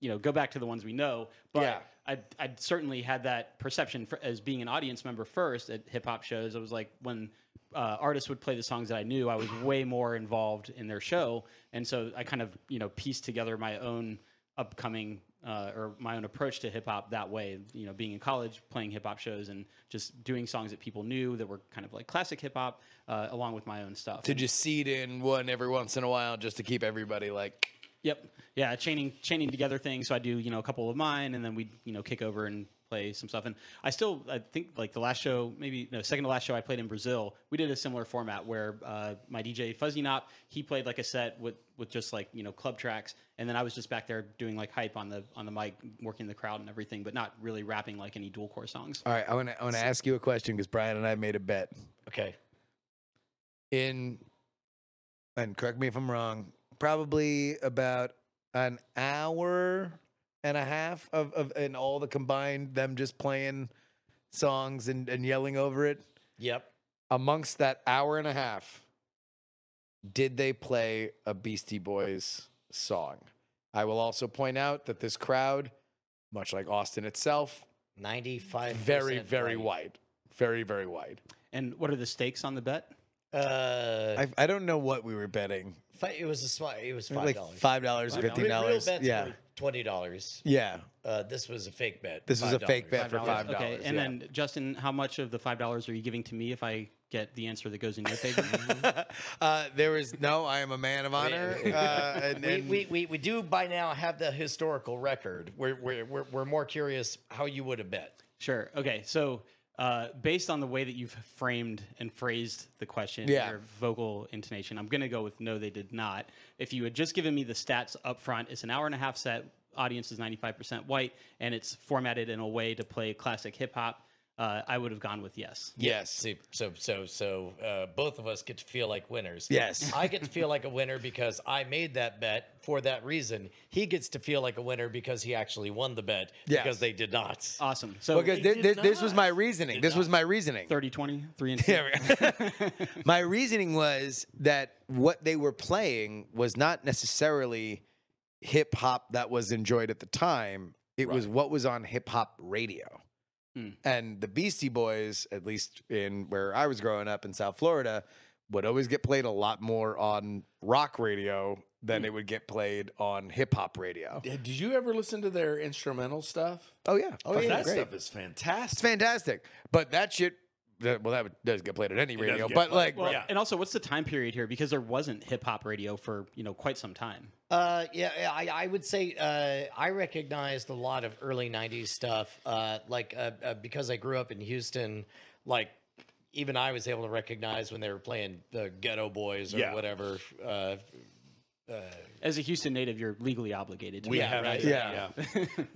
you know, go back to the ones we know, but Yeah. I, I certainly had that perception for, as being an audience member first at hip hop shows. I was like, when uh, artists would play the songs that I knew, I was way more involved in their show, and so I kind of, you know, pieced together my own upcoming. Uh, or my own approach to hip hop that way, you know, being in college, playing hip hop shows, and just doing songs that people knew that were kind of like classic hip hop, uh, along with my own stuff. To just seed in one every once in a while just to keep everybody like Yep. Yeah, chaining chaining together things. So I do you know a couple of mine, and then we you know kick over and play some stuff. And I still I think like the last show, maybe no second to last show I played in Brazil, we did a similar format where uh, my DJ Fuzzy Knop he played like a set with with just like you know club tracks, and then I was just back there doing like hype on the on the mic, working the crowd and everything, but not really rapping like any dual core songs. All right, I want to I want to ask you a question because Brian and I made a bet Okay. in, and correct me if I'm wrong. Probably about an hour and a half of of and all the combined them just playing songs and and yelling over it. Yep. Amongst that hour and a half, did they play a Beastie Boys song? I will also point out that this crowd, much like Austin itself, Ninety-five. very very white, very very white. And what are the stakes on the bet? Uh, I, I don't know what we were betting. fi- it was a small. It was It was five like dollars. five dollars or Five fifteen dollars. Real bets Yeah, were twenty dollars. yeah. Uh, this was a fake bet. This was a fake $5. bet for $5. five dollars. Okay. And then Justin, how much of the five dollars are you giving to me if I get the answer that goes in your favor? uh, there was no. I am a man of honor. we- uh, and, We, and we, we, we do by now have the historical record. We're, we're, we're, we're more curious how you would have bet. Sure. Okay. So, uh, based on the way that you've framed and phrased the question, Yeah. your vocal intonation, I'm going to go with no, they did not. If you had just given me the stats up front, it's an hour and a half set, audience is 95% white, and it's formatted in a way to play classic hip hop, uh, I would have gone with yes. yes, See, so so so uh, both of us get to feel like winners. Yes. I get to feel like a winner because I made that bet for that reason. He gets to feel like a winner because he actually won the bet Yes. because they did not. Awesome. So, because did thi- this, this was not. my reasoning. This was my reasoning. 30 20, 3 and 2. my reasoning was that what they were playing was not necessarily hip hop that was enjoyed at the time. It was what was on hip hop radio. Hmm. And the Beastie Boys, at least in where I was growing up in South Florida, would always get played a lot more on rock radio Hmm. than it would get played on hip hop radio. Did you ever listen to their instrumental stuff? Oh yeah. Oh Fuck, yeah. that great. stuff is It's fantastic. fantastic. But that shit that- well, that does get played at any radio. get But played. like Well, Yeah. And also, what's the time period here? Because there wasn't hip hop radio for you know quite some time. Uh, yeah, yeah, I, I would say uh, I recognized a lot of early '90s stuff, uh, like uh, uh, because I grew up in Houston. Like even I was able to recognize when they were playing the Ghetto Boys or Yeah. whatever. Uh, As a Houston native, you're legally obligated. to We that, have right? it, Yeah.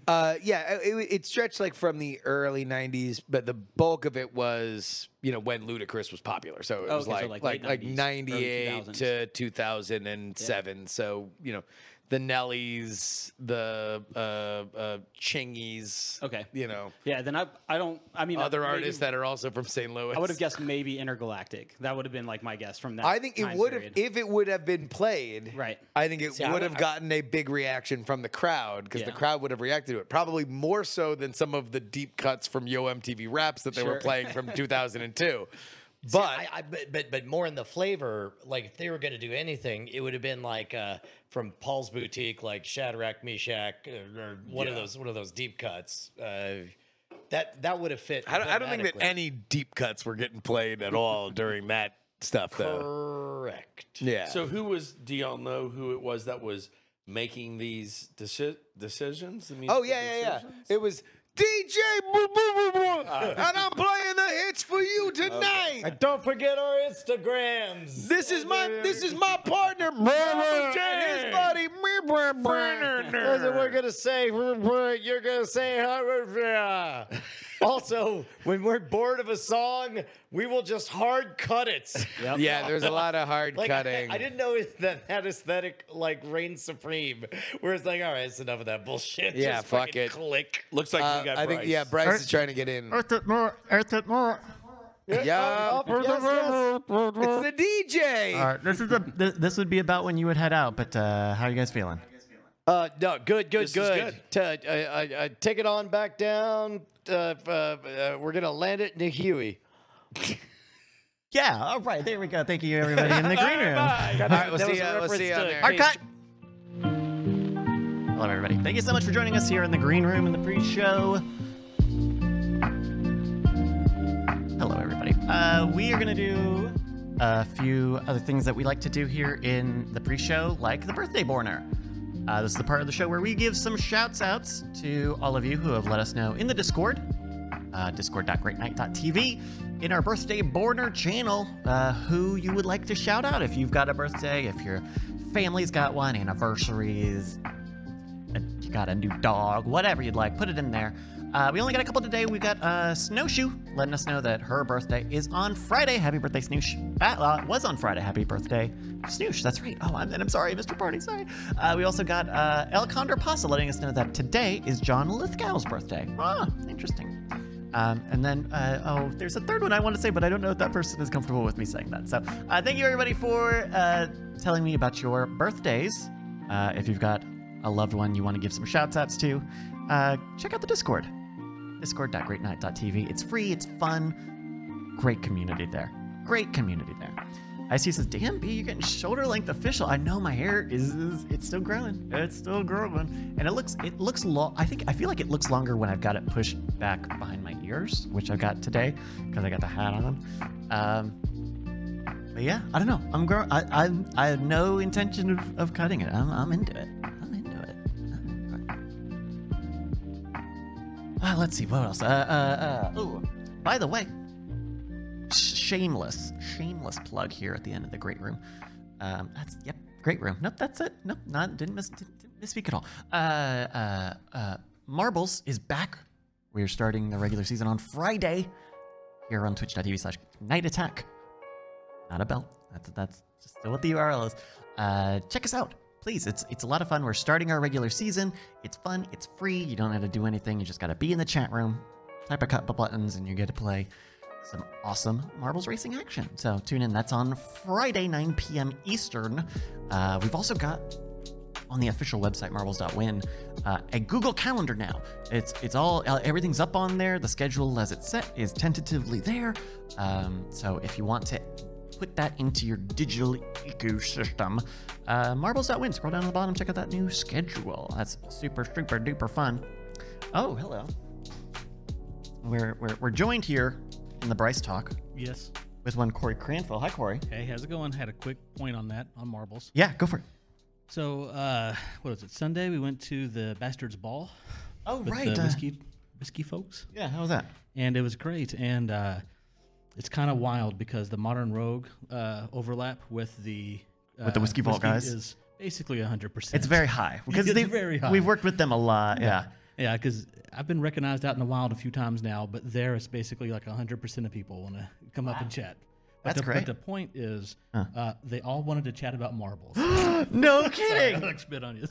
Uh, yeah, it, it- it stretched like from the early '90s, but the bulk of it was you know when Ludacris was popular. So it Oh, was okay, so like like like late like 90s, early '98 2000s. to 2007. So you know the Nellies, the uh, uh, Chingies. Okay. you know Yeah, then I I don't I mean other maybe- artists that are also from St. Louis. I would have guessed maybe intergalactic. That would have been like my guess from that. I think it time would have period. if it would have been played. Right. I think it I would would- have gotten a big reaction from the crowd because the Yeah. crowd would have reacted to it probably more so than some of the deep cuts from Yo MTV Raps that they were Sure. playing from 2002. But I, I, but, but but more in the flavor. Like if they were going to do anything, it would have been like uh, from Paul's Boutique, like Shadrach Meshach, or, or one of those one of those deep cuts. Uh, that that would have fit. I don't, I don't think that dramatically. any deep cuts were getting played at all during that stuff, though. correct. Yeah. So who was? Do y'all know who it was that was making these deci- decisions? The oh musical yeah, yeah, yeah. decisions? It was DJ Boo Boo Boo Boo, and I'm playing the hits for you tonight. And don't forget our Instagrams. This is my this is my partner, Mama J. and His buddy, me, brr, brr, brr. That's what we're gonna say. You're gonna say. Also, when we're bored of a song, we will just hard cut it. Yeah, there's a lot of hard Like I- cutting. I, didn't know that that aesthetic like reigned supreme. Where it's like, all right, it's enough of that bullshit. Yeah, Just fuck fucking it. Click. Looks like Uh, we got. I think yeah, Bryce. Bryce is trying to get in. Earth it more. Earth it more. Yeah, oh, it's the DJ. All right, this is a th- this would be about when you would head out, but uh, how are you guys feeling? Uh, no, good, good, is good. T- uh, uh, uh, take it on back down. Uh, uh, uh, we're gonna land it in Huey. Yeah, all right, there we go. Thank you, everybody in the green room. All right, we'll That see was you. a We'll reference see you to on there. Hard cut. Hello, everybody. Thank you so much for joining us here in the green room in the pre-show. Hello, everybody. Uh, we are going to do a few other things that we like to do here in the pre-show, like the birthday borner. Uh, this is the part of the show where we give some shouts outs to all of you who have let us know in the Discord, uh, discord.greatnight.tv, in our birthday borner channel, uh, who you would like to shout out if you've got a birthday, if your family's got one, anniversaries, uh, you got a new dog, whatever you'd like, put it in there. Uh, we only got a couple today. We got uh, Snowshoe letting us know that her birthday is on Friday. Happy birthday, Snoosh. That uh, was on Friday. Happy birthday, Snoosh. That's right. Oh, I'm, and I'm sorry, Mr. Party. Sorry. Uh, we also got uh, El Condor Pasa letting us know that today is John Lithgow's birthday. Ah, interesting. Um, and then, uh, oh, there's a third one I want to say, but I don't know if that person is comfortable with me saying that. So, uh, thank you everybody for uh, telling me about your birthdays. Uh, if you've got a loved one you want to give some shouts outs to, uh, check out the Discord. Discord.greatnight.tv. It's free, it's fun. Great community there. Great community there. I see says, damn, B, you're getting shoulder length official. I know my hair is, is it's still growing. It's still growing. And it looks, it looks long. I think, I feel like it looks longer when I've got it pushed back behind my ears, which I've got today because I got the hat on. Um, but yeah, I don't know. I'm growing. I, I'm, I have no intention of, of cutting it. I'm, I'm into it. I'm into it. I'm into it. Uh, let's see what else. Uh, uh, uh. Ooh, by the way, sh- shameless, shameless plug here at the end of the great room. Um, that's yep, great room. Nope, that's it. Nope, not didn't miss didn't, didn't misspeak at all. Uh, uh, uh, Marbles is back. We're starting the regular season on Friday here on twitch.tv slash night attack not a belt. That's that's just still what the URL is. Uh, check us out, please. It's it's a lot of fun. We're starting our regular season. It's fun. It's free. You don't have to do anything. You just gotta be in the chat room, type a couple buttons, and you get to play some awesome marbles racing action. So tune in. That's on Friday, 9 p.m. Eastern. Uh, we've also got on the official website marbles.win uh, a google calendar now it's it's all uh, everything's up on there the schedule as it's set is tentatively there um, so if you want to put that into your digital ecosystem uh, marbles.win scroll down to the bottom check out that new schedule that's super super duper fun oh hello we're we're, we're joined here in the bryce talk Yes. with one corey cranfield hi corey Hey, how's it going? Had a quick point on that on marbles. yeah go for it So, uh, what was it? Sunday we went to the Bastards Ball. oh with right The uh, whiskey, whiskey folks, yeah how was that and it was great. And uh, it's kind of wild because the modern rogue uh, overlap with the uh, the Whiskey Vault guys? is basically hundred percent. It's very high because It's they very high. we've worked with them a lot. Yeah. Yeah, because I've been recognized out in the wild a few times now, but there it's basically like 100% of people want to come up and chat. But That's the, great. But the point is, uh, they all wanted to chat about marbles. No kidding. like spit on you.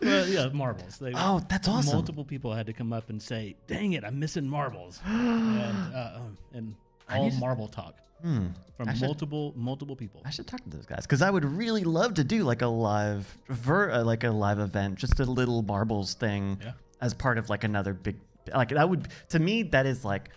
Well, yeah, marbles. They, Oh, that's awesome. Multiple people had to come up and say, "Dang it, I'm missing marbles," and, uh, um, and all marble talk from multiple multiple people. Hmm. I should talk to those guys because I would really love to do like a live ver uh, like a live event, just a little marbles thing as part of like another big like that would to me that is like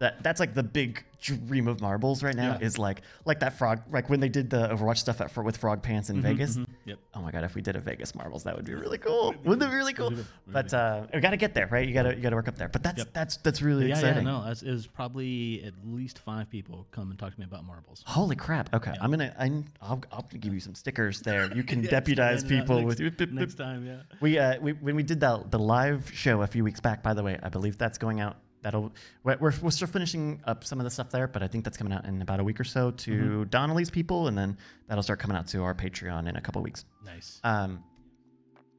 That that's like the big dream of marbles right now Yeah. is like like that frog like when they did the Overwatch stuff at, for, with Frog Pants in Mm-hmm, Vegas. Yep. Oh my god, if we did a Vegas marbles, that would be really cool. Wouldn't it be really cool? Would be good. Would But uh, we gotta get there, right? You gotta you gotta work up there. But that's Yep. that's that's really Yeah, yeah, exciting. no, that's- it was probably at least five people come and talk to me about marbles. Holy crap! Okay, I'm gonna I'm I'll, I'll give you some stickers there. You can Yeah, deputize and, uh, people with next- you. next time. Yeah, We, uh, we when we did that the live show a few weeks back, by the way, I believe that's going out. That'll we're we're we're still finishing up some of the stuff there, but I think that's coming out in about a week or so to Mm-hmm. Donnelly's people, and then that'll start coming out to our Patreon in a couple weeks. nice. Um,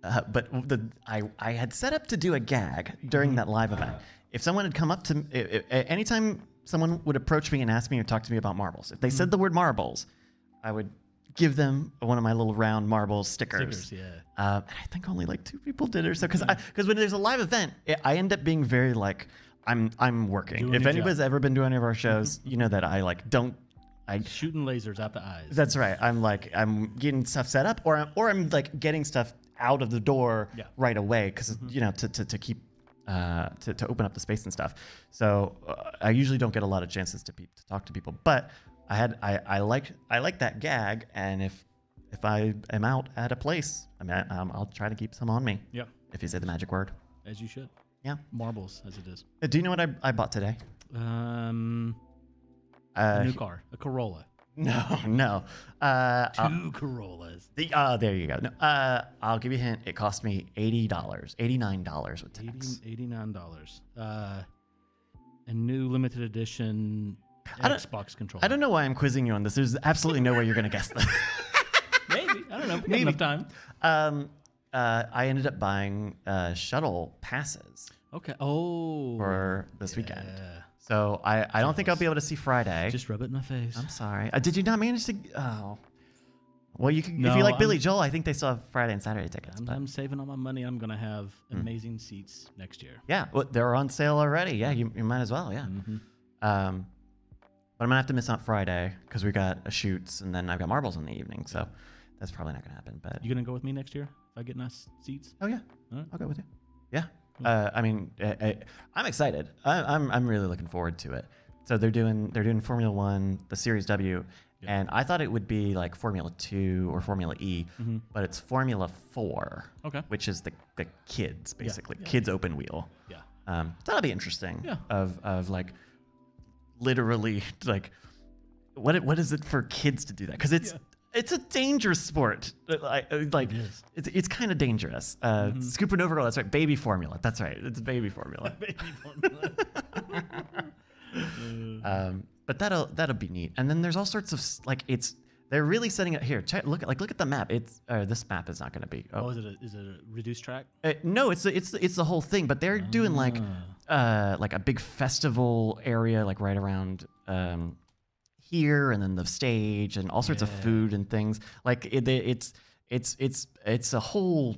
uh, but the I, I had set up to do a gag Mm-hmm. during that live event. If someone had come up to i- i- anytime someone would approach me and ask me or talk to me about marbles, if they Mm-hmm. said the word marbles, I would give them one of my little round marble stickers. Stickers, yeah. Mm-hmm. Um, and I think only like two people did or so because because when there's a live event, i I end up being very like I'm I'm working. Doing if your Mm-hmm. anybody's ever been to any of our shows, you know that I like don't I Shooting lasers out the eyes. that's right. I'm like I'm getting stuff set up, or I'm, or I'm like getting stuff out of the door Yeah. Mm-hmm. right away because you know to to, to keep uh, to to open up the space and stuff. So uh, I usually don't get a lot of chances to peop to talk to people, but I had I I like I like that gag, and if if I am out at a place, I mean I, um, I'll try to keep some on me. Yeah. If you say the magic word, as you should. yeah. Marbles, as it is. Uh, Do you know what I, I bought today? Um, Uh, a new car, a Corolla, no, no. Uh, two Corollas. The, uh, there you go. No, uh, I'll give you a hint. It cost me eighty dollars, eighty nine dollars with 80, tax. $89. Uh, a new limited edition don't- Xbox controller. I don't know why I'm quizzing you on this. There's absolutely no way you're gonna guess this. Maybe. I don't know. We got enough time. um, uh, I ended up buying uh, shuttle passes Okay. Oh. for this weekend, yeah. so I, I don't think I'll be able to see Friday. Just rub it in my face. eh? I'm sorry. Uh, did you not manage to? Oh, well, you can. if No, you like I'm- Billy Joel, I think they still have Friday and Saturday tickets. I'm, But I'm saving all my money. I'm going to have Hmm. amazing seats next year. yeah, well, they're on sale already. Yeah, you, you might as well. Yeah. Mm-hmm. Um, but I'm gonna have to miss out Friday because we got a shoots and then I've got marbles in the evening, so that's probably not gonna happen. But You going to go with me next year if I get nice seats? oh yeah, Alright. I'll go with you. Yeah, uh, I mean, I, I, am excited. I, I'm I'm really looking forward to it. So they're doing they're doing Formula One, the Series W, and I thought it would be like Formula Two or Formula E, but it's Formula Four, Mm-hmm. Okay. which is the the kids basically yeah. kids open wheel. Yeah. Um, that'll be interesting. Yeah. Of of like, literally like, what it- what is it for kids to do that? Because it's it's a dangerous sport. Uh, Like uh, like is. Mm-hmm. it's it's kind of dangerous. Uh, Scoop and overall. That's right. Baby formula. That's right. It's baby formula. um, but that'll that'll be neat. And then there's all sorts of s- like it's they're really setting it here. Check, look at like look at the map. It's uh, this map is not going to be. Oh, is it a, is it a reduced track? Uh, no, it's the- it's the- it's the whole thing, but they're doing like Ah. uh like a big festival area like right around um here and then the stage and all sorts of food and things. Like it, they- it's it's it's it's a whole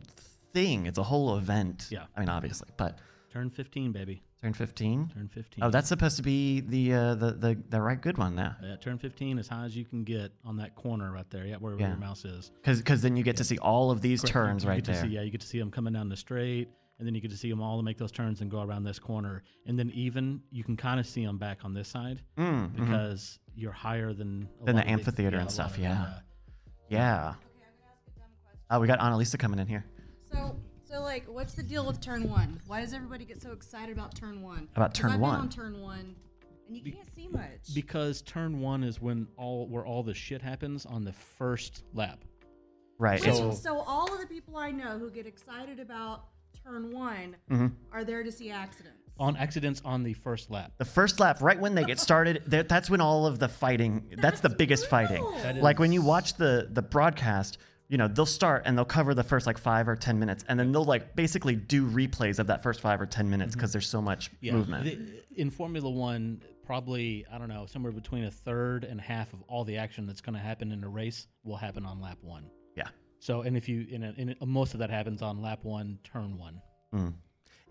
thing. It's a whole event. Yeah. I mean obviously, but Turn 15, baby. turn 15. Turn 15. Oh, that's supposed to be the uh the the, the right good one now. Yeah, turn 15 as high as you can get on that corner right there. Yeah, where Yeah. your mouse is. Cuz cuz then you get to see all of these turns You right get to there. See, yeah, you get to see them coming down the straight, and then you get to see them all make those turns and go around this corner. And then even you can kind of see them back on this side Mm, mhm. because you're higher than a Than the lot of amphitheater yeah, and a stuff, lot of, yeah. uh, Yeah. Okay, I'm gonna ask a dumb question. Oh, we got Annalisa coming in here. So, so like, what's the deal with turn one? Why does everybody get so excited about turn one? About 'Cause turn I've one. Been on turn one, and you can't see much. because turn one is when all where all the shit happens on the first lap. Right. Which- it's- so, all of the people I know who get excited about turn one Mm-hmm. are there to see accidents. On accidents on the first lap. The first lap, right when they get started, that- that's when all of the fighting. That's, the That's biggest fighting. brutal. That Like when you watch the the broadcast, you know they'll start and they'll cover the first like five or ten minutes, and then they'll like basically do replays of that first five or ten minutes Mm-hmm. because there's so much movement. The- in Formula One, probably I don't know somewhere between a third and half of all the action that's going to happen in a race will happen on lap one. yeah, So, and if you in, a, in a, most of that happens on lap one, turn one.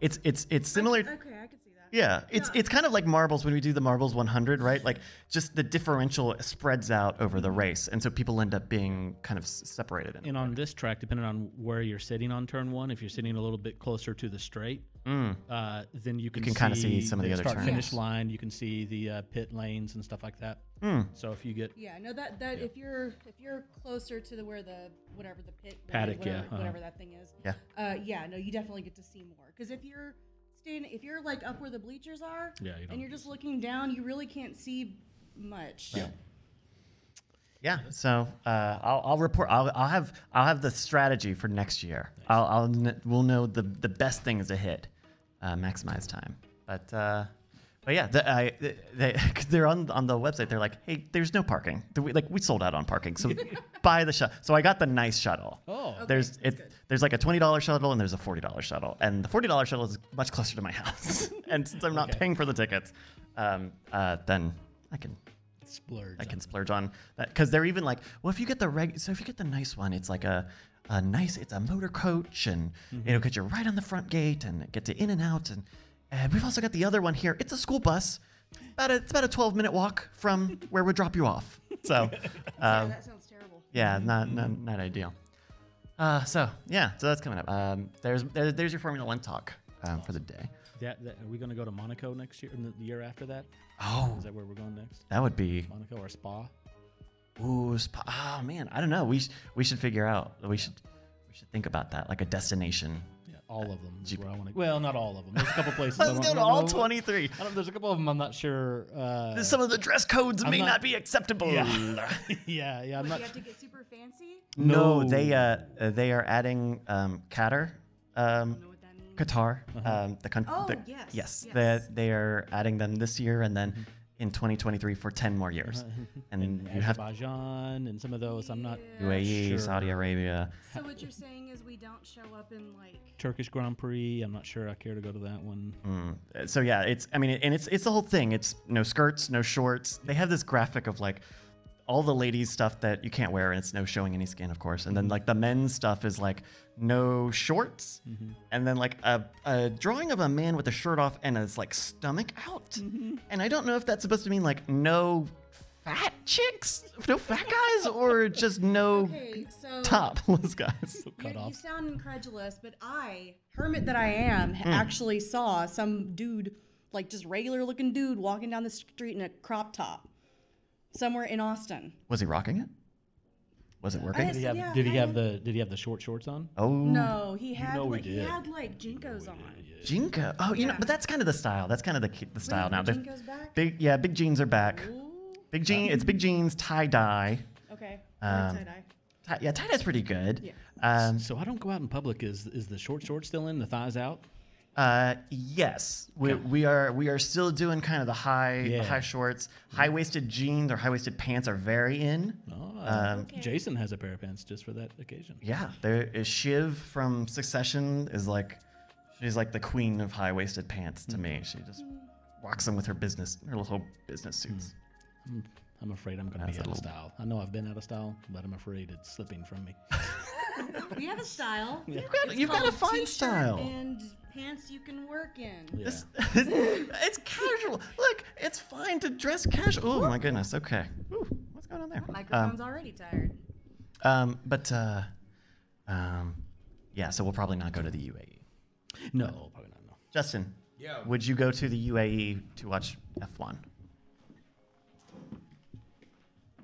it's it's it's similar. Okay, I can see that. Yeah, it's it's kind of like marbles when we do the marbles 100, right? Like just the differential spreads out over Mm-hmm. the race, and so people end up being kind of s- separated. In And on this track, depending on where you're sitting on turn one, if you're sitting a little bit closer to the straight, uh, then you can, Mm. can kinda see some of the other start finish turns. line. You can see the uh, pit lanes and stuff like that. Mm. So if you get Yeah, no, that that if you're if you're closer to the where the whatever the pit Paddock, whatever, yeah, uh-huh. whatever that thing is, Yeah. uh, yeah, no, you definitely get to see more because if you're staying if you're like up where the bleachers are, Yeah, you don't and you're just looking down, you really can't see much. yeah, so uh, I'll, I'll report. I'll, I'll have I'll have the strategy for next year. I'll, I'll kn- we'll know the the best things to hit, uh, maximize time. But uh, but yeah, the, I, the- they 'cause they're on on the website. They're like, hey, there's no parking. The- we- Like we sold out on parking, so buy the shuttle. So I got the nice shuttle. oh there's it, there's like a twenty dollar shuttle and there's a forty dollar shuttle, and the forty dollar shuttle is much closer to my house. and since I'm not paying for the tickets, um, uh, then I can splurge, I can splurge on that because they're even like, well, if you get the reg, so if you get the nice one, it's like a a nice, it's a motor coach, and you know, get you right on the front gate and get to in and out, and and we've also got the other one here. It's a school bus. About a, it's about a 12 minute walk from where we drop you off. So. Yeah, that sounds terrible. Yeah, not not, not ideal. Uh, so yeah, so that's coming up. Um, there's there, there's your Formula One talk um, for the day. That, that, are we going to go to Monaco next year? and The the year after that? Oh, Is that where we're going next? that would be Monaco or Spa? ooh, sp- oh man, I don't know. We sh- we should figure out. We should we should think about that, like a destination. Yeah, all of them. Is where I want to. Well, not all of them. There's a couple places. I Let's don't- go I to don't all know. 23. I don't, there's a couple of them I'm not sure. Uh, Some of the dress codes may not- not, be acceptable. yeah, yeah, yeah. I'm not. What, you have to get super fancy. No, No. they uh uh, they are adding um Qatar, um know what that means. Qatar, um the country. Oh, the, yes, yes, yes. They, they are adding them this year and then in 2023 for 10 more years, Mm-hmm. Uh-huh. and, you have Azerbaijan and some of those. I'm not. UAE, sure. Saudi Arabia. So what you're saying is we don't show up in like Turkish Grand Prix. I'm not sure I care to go to that one. Uh, So yeah, it's I mean, and it's it's the whole thing. It's no skirts, no shorts. They have this graphic of like all the ladies stuff that you can't wear, and it's no showing any skin, of course. And then like the men's stuff is like no shorts, and then like a, a drawing of a man with a shirt off and his like stomach out. And I don't know if that's supposed to mean like no fat chicks, no fat guys, or just no okay, so topless guys. You, you sound incredulous, but I, hermit that I am, Hmm. ha- actually saw some dude, like just regular looking dude, walking down the street in a crop top somewhere in Austin. Was he rocking it? Was it working? Yes, Did he have, yeah, did he have kinda. the Did he have the short shorts on? Oh No, he had know we like he did. had like jinkos on. Jinko. Oh, you know, Yeah. but that's kind of the style. That's kind of the ki- the style Wait, now. the They're- Jinko's back? Big, yeah, big jeans are back. Ooh, Big jean, it's big jeans, tie dye. okay. Um, tie dye. Tie, yeah, tie dye's pretty good. Yeah. Um, So I don't go out in public. Is is the short shorts still in? The thighs out? uh, yes, we, we are we are still doing kind of the high the Yeah. high shorts, high waisted jeans or high waisted pants are very in. Oh, Okay. Jason has a pair of pants just for that occasion. Um, Yeah, there is Shiv from Succession is like, she's like the queen of high waisted pants to me. She just Mm. walks in with her business, her little business suits. Mm. I'm afraid I'm going to be out of style. I know I've been out of style, but I'm afraid it's slipping from me. We have a style. You've got you've got a Called fine t-shirt style. and pants you can work in. This, it's casual. Look, it's fine to dress casual. Oh my goodness. Okay. Ooh, what's going on there? Microphone's already tired. Um, but uh, um, yeah. So we'll probably not go to the E. UAE. No, probably not. No. Justin. Yeah. Would you go to the UAE to watch F1?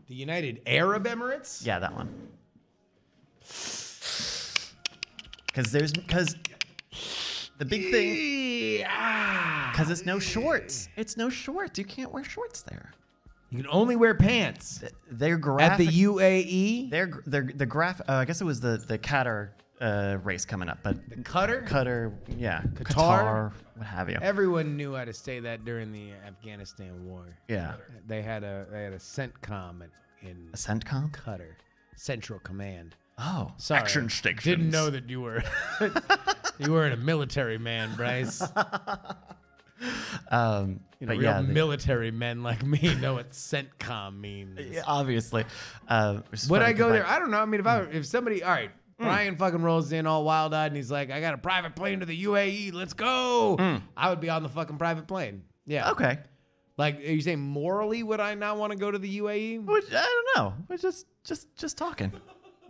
The United Arab Emirates? Yeah, that one. Because there's because the big thing because it's no shorts. It's no shorts. You can't wear shorts there. You can only wear pants They're at graphic. the E? UAE. Their their the graph. Uh, I guess it was the the Qatar uh, race coming up, but the Qatar? Qatar, yeah, Qatar? what have you? Everyone knew how to say that during the Afghanistan war. yeah, They had a they had a CENTCOM in, in a CENTCOM. Qatar, Central Command. Oh, Sorry, action stations. Didn't know that you were you weren't a military man, Bryce. Um, You know, but real yeah, they- military men like me know what CENTCOM means. yeah, obviously. Uh, which is Would funny I 'cause Hmm. go there? I don't know. I mean, if I if somebody, all right, Hmm. Brian fucking rolls in all wild eyed and he's like, I got a private plane to the UAE. Let's go. I would be on the fucking private plane. Yeah. Hmm. Okay. Like, are you saying morally would I not want to go to the E? UAE? Which, I don't know. We're just just just talking.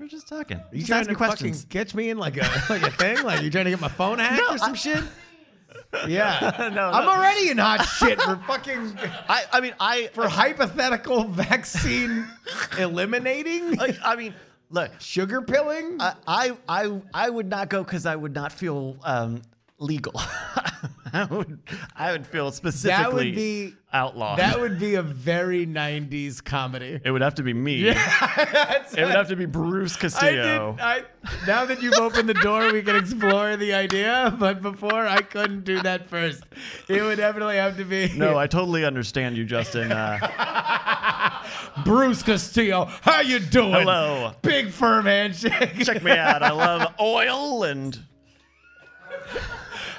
We're just talking. you just trying asking to questions. fucking catch me in like a like a thing? Like you trying to get my phone hacked No, or some I- shit? Yeah. No, I'm no. already in hot shit for fucking I I mean I for hypothetical vaccine eliminating I, I mean look sugar pilling. I I I, I would not go because I would not feel um, legal. I would I would feel specifically that would be outlawed. That would be a very '90s comedy. it would have to be me. That's It would have to be Bruce I Castillo. did. I, now that you've opened the door, we can explore the idea. But before, I couldn't do that first. It would definitely have to be no, I totally understand you, Justin. Uh, Bruce Castillo. How you doing? Hello. Big firm handshake. check me out. I love oil and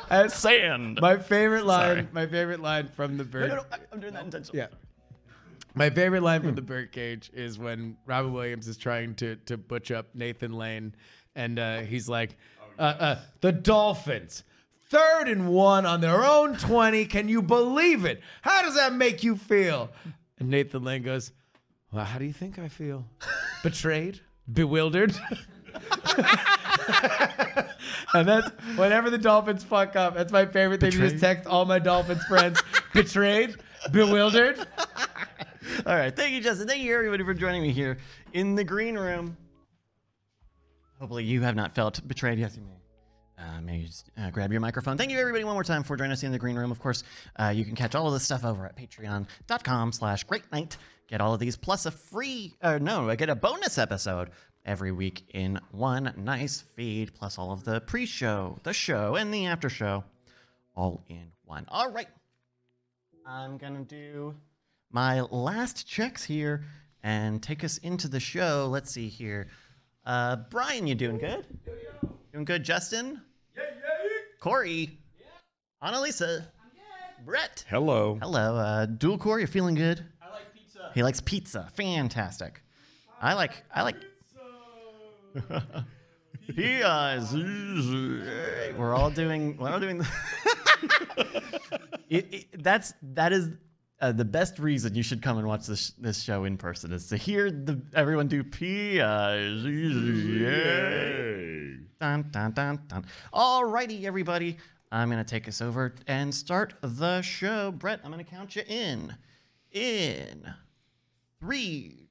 That's sand. my favorite line. Sorry. My favorite line from the bird. I'm doing that intentionally. Yeah. My favorite line from The Birdcage is when Robin Williams is trying to to butch up Nathan Lane, and uh, he's like, uh, uh, "The Dolphins, third and one on their own twenty. Can you believe it? How does that make you feel?" And Nathan Lane goes, "Well, how do you think I feel? Betrayed, bewildered." and that's whenever the Dolphins fuck up. That's my favorite thing to just Betrayed. text all my Dolphins friends: betrayed, bewildered. All right. Thank you, Justin. Thank you, everybody, for joining me here in the green room. Hopefully, you have not felt betrayed. Yes, you may. Uh, may you just uh, grab your microphone. Thank you, everybody, one more time for joining us in the green room. Of course, uh, you can catch all of this stuff over at patreon.com slash great night. Get all of these plus a free, uh, no, I get a bonus episode every week in one nice feed, plus all of the pre-show, the show, and the after show all in one. All right. I'm going to do my last checks here and take us into the show. Let's see here. Uh, Brian, you doing good? Doing good, Justin? Corey? Annalisa? Brett? Hello. Hello. Uh, Dual Corey, you feeling good? I like pizza. He likes pizza. Fantastic. I like, I like. He is. We're all doing. We're all doing. it, it, that's that is uh, the best reason you should come and watch this this show in person is to hear the everyone do P I Z Z. Yay. Dun dun dun dun. Alrighty, everybody. I'm gonna take us over and start the show. Brett, I'm gonna count you in. In three,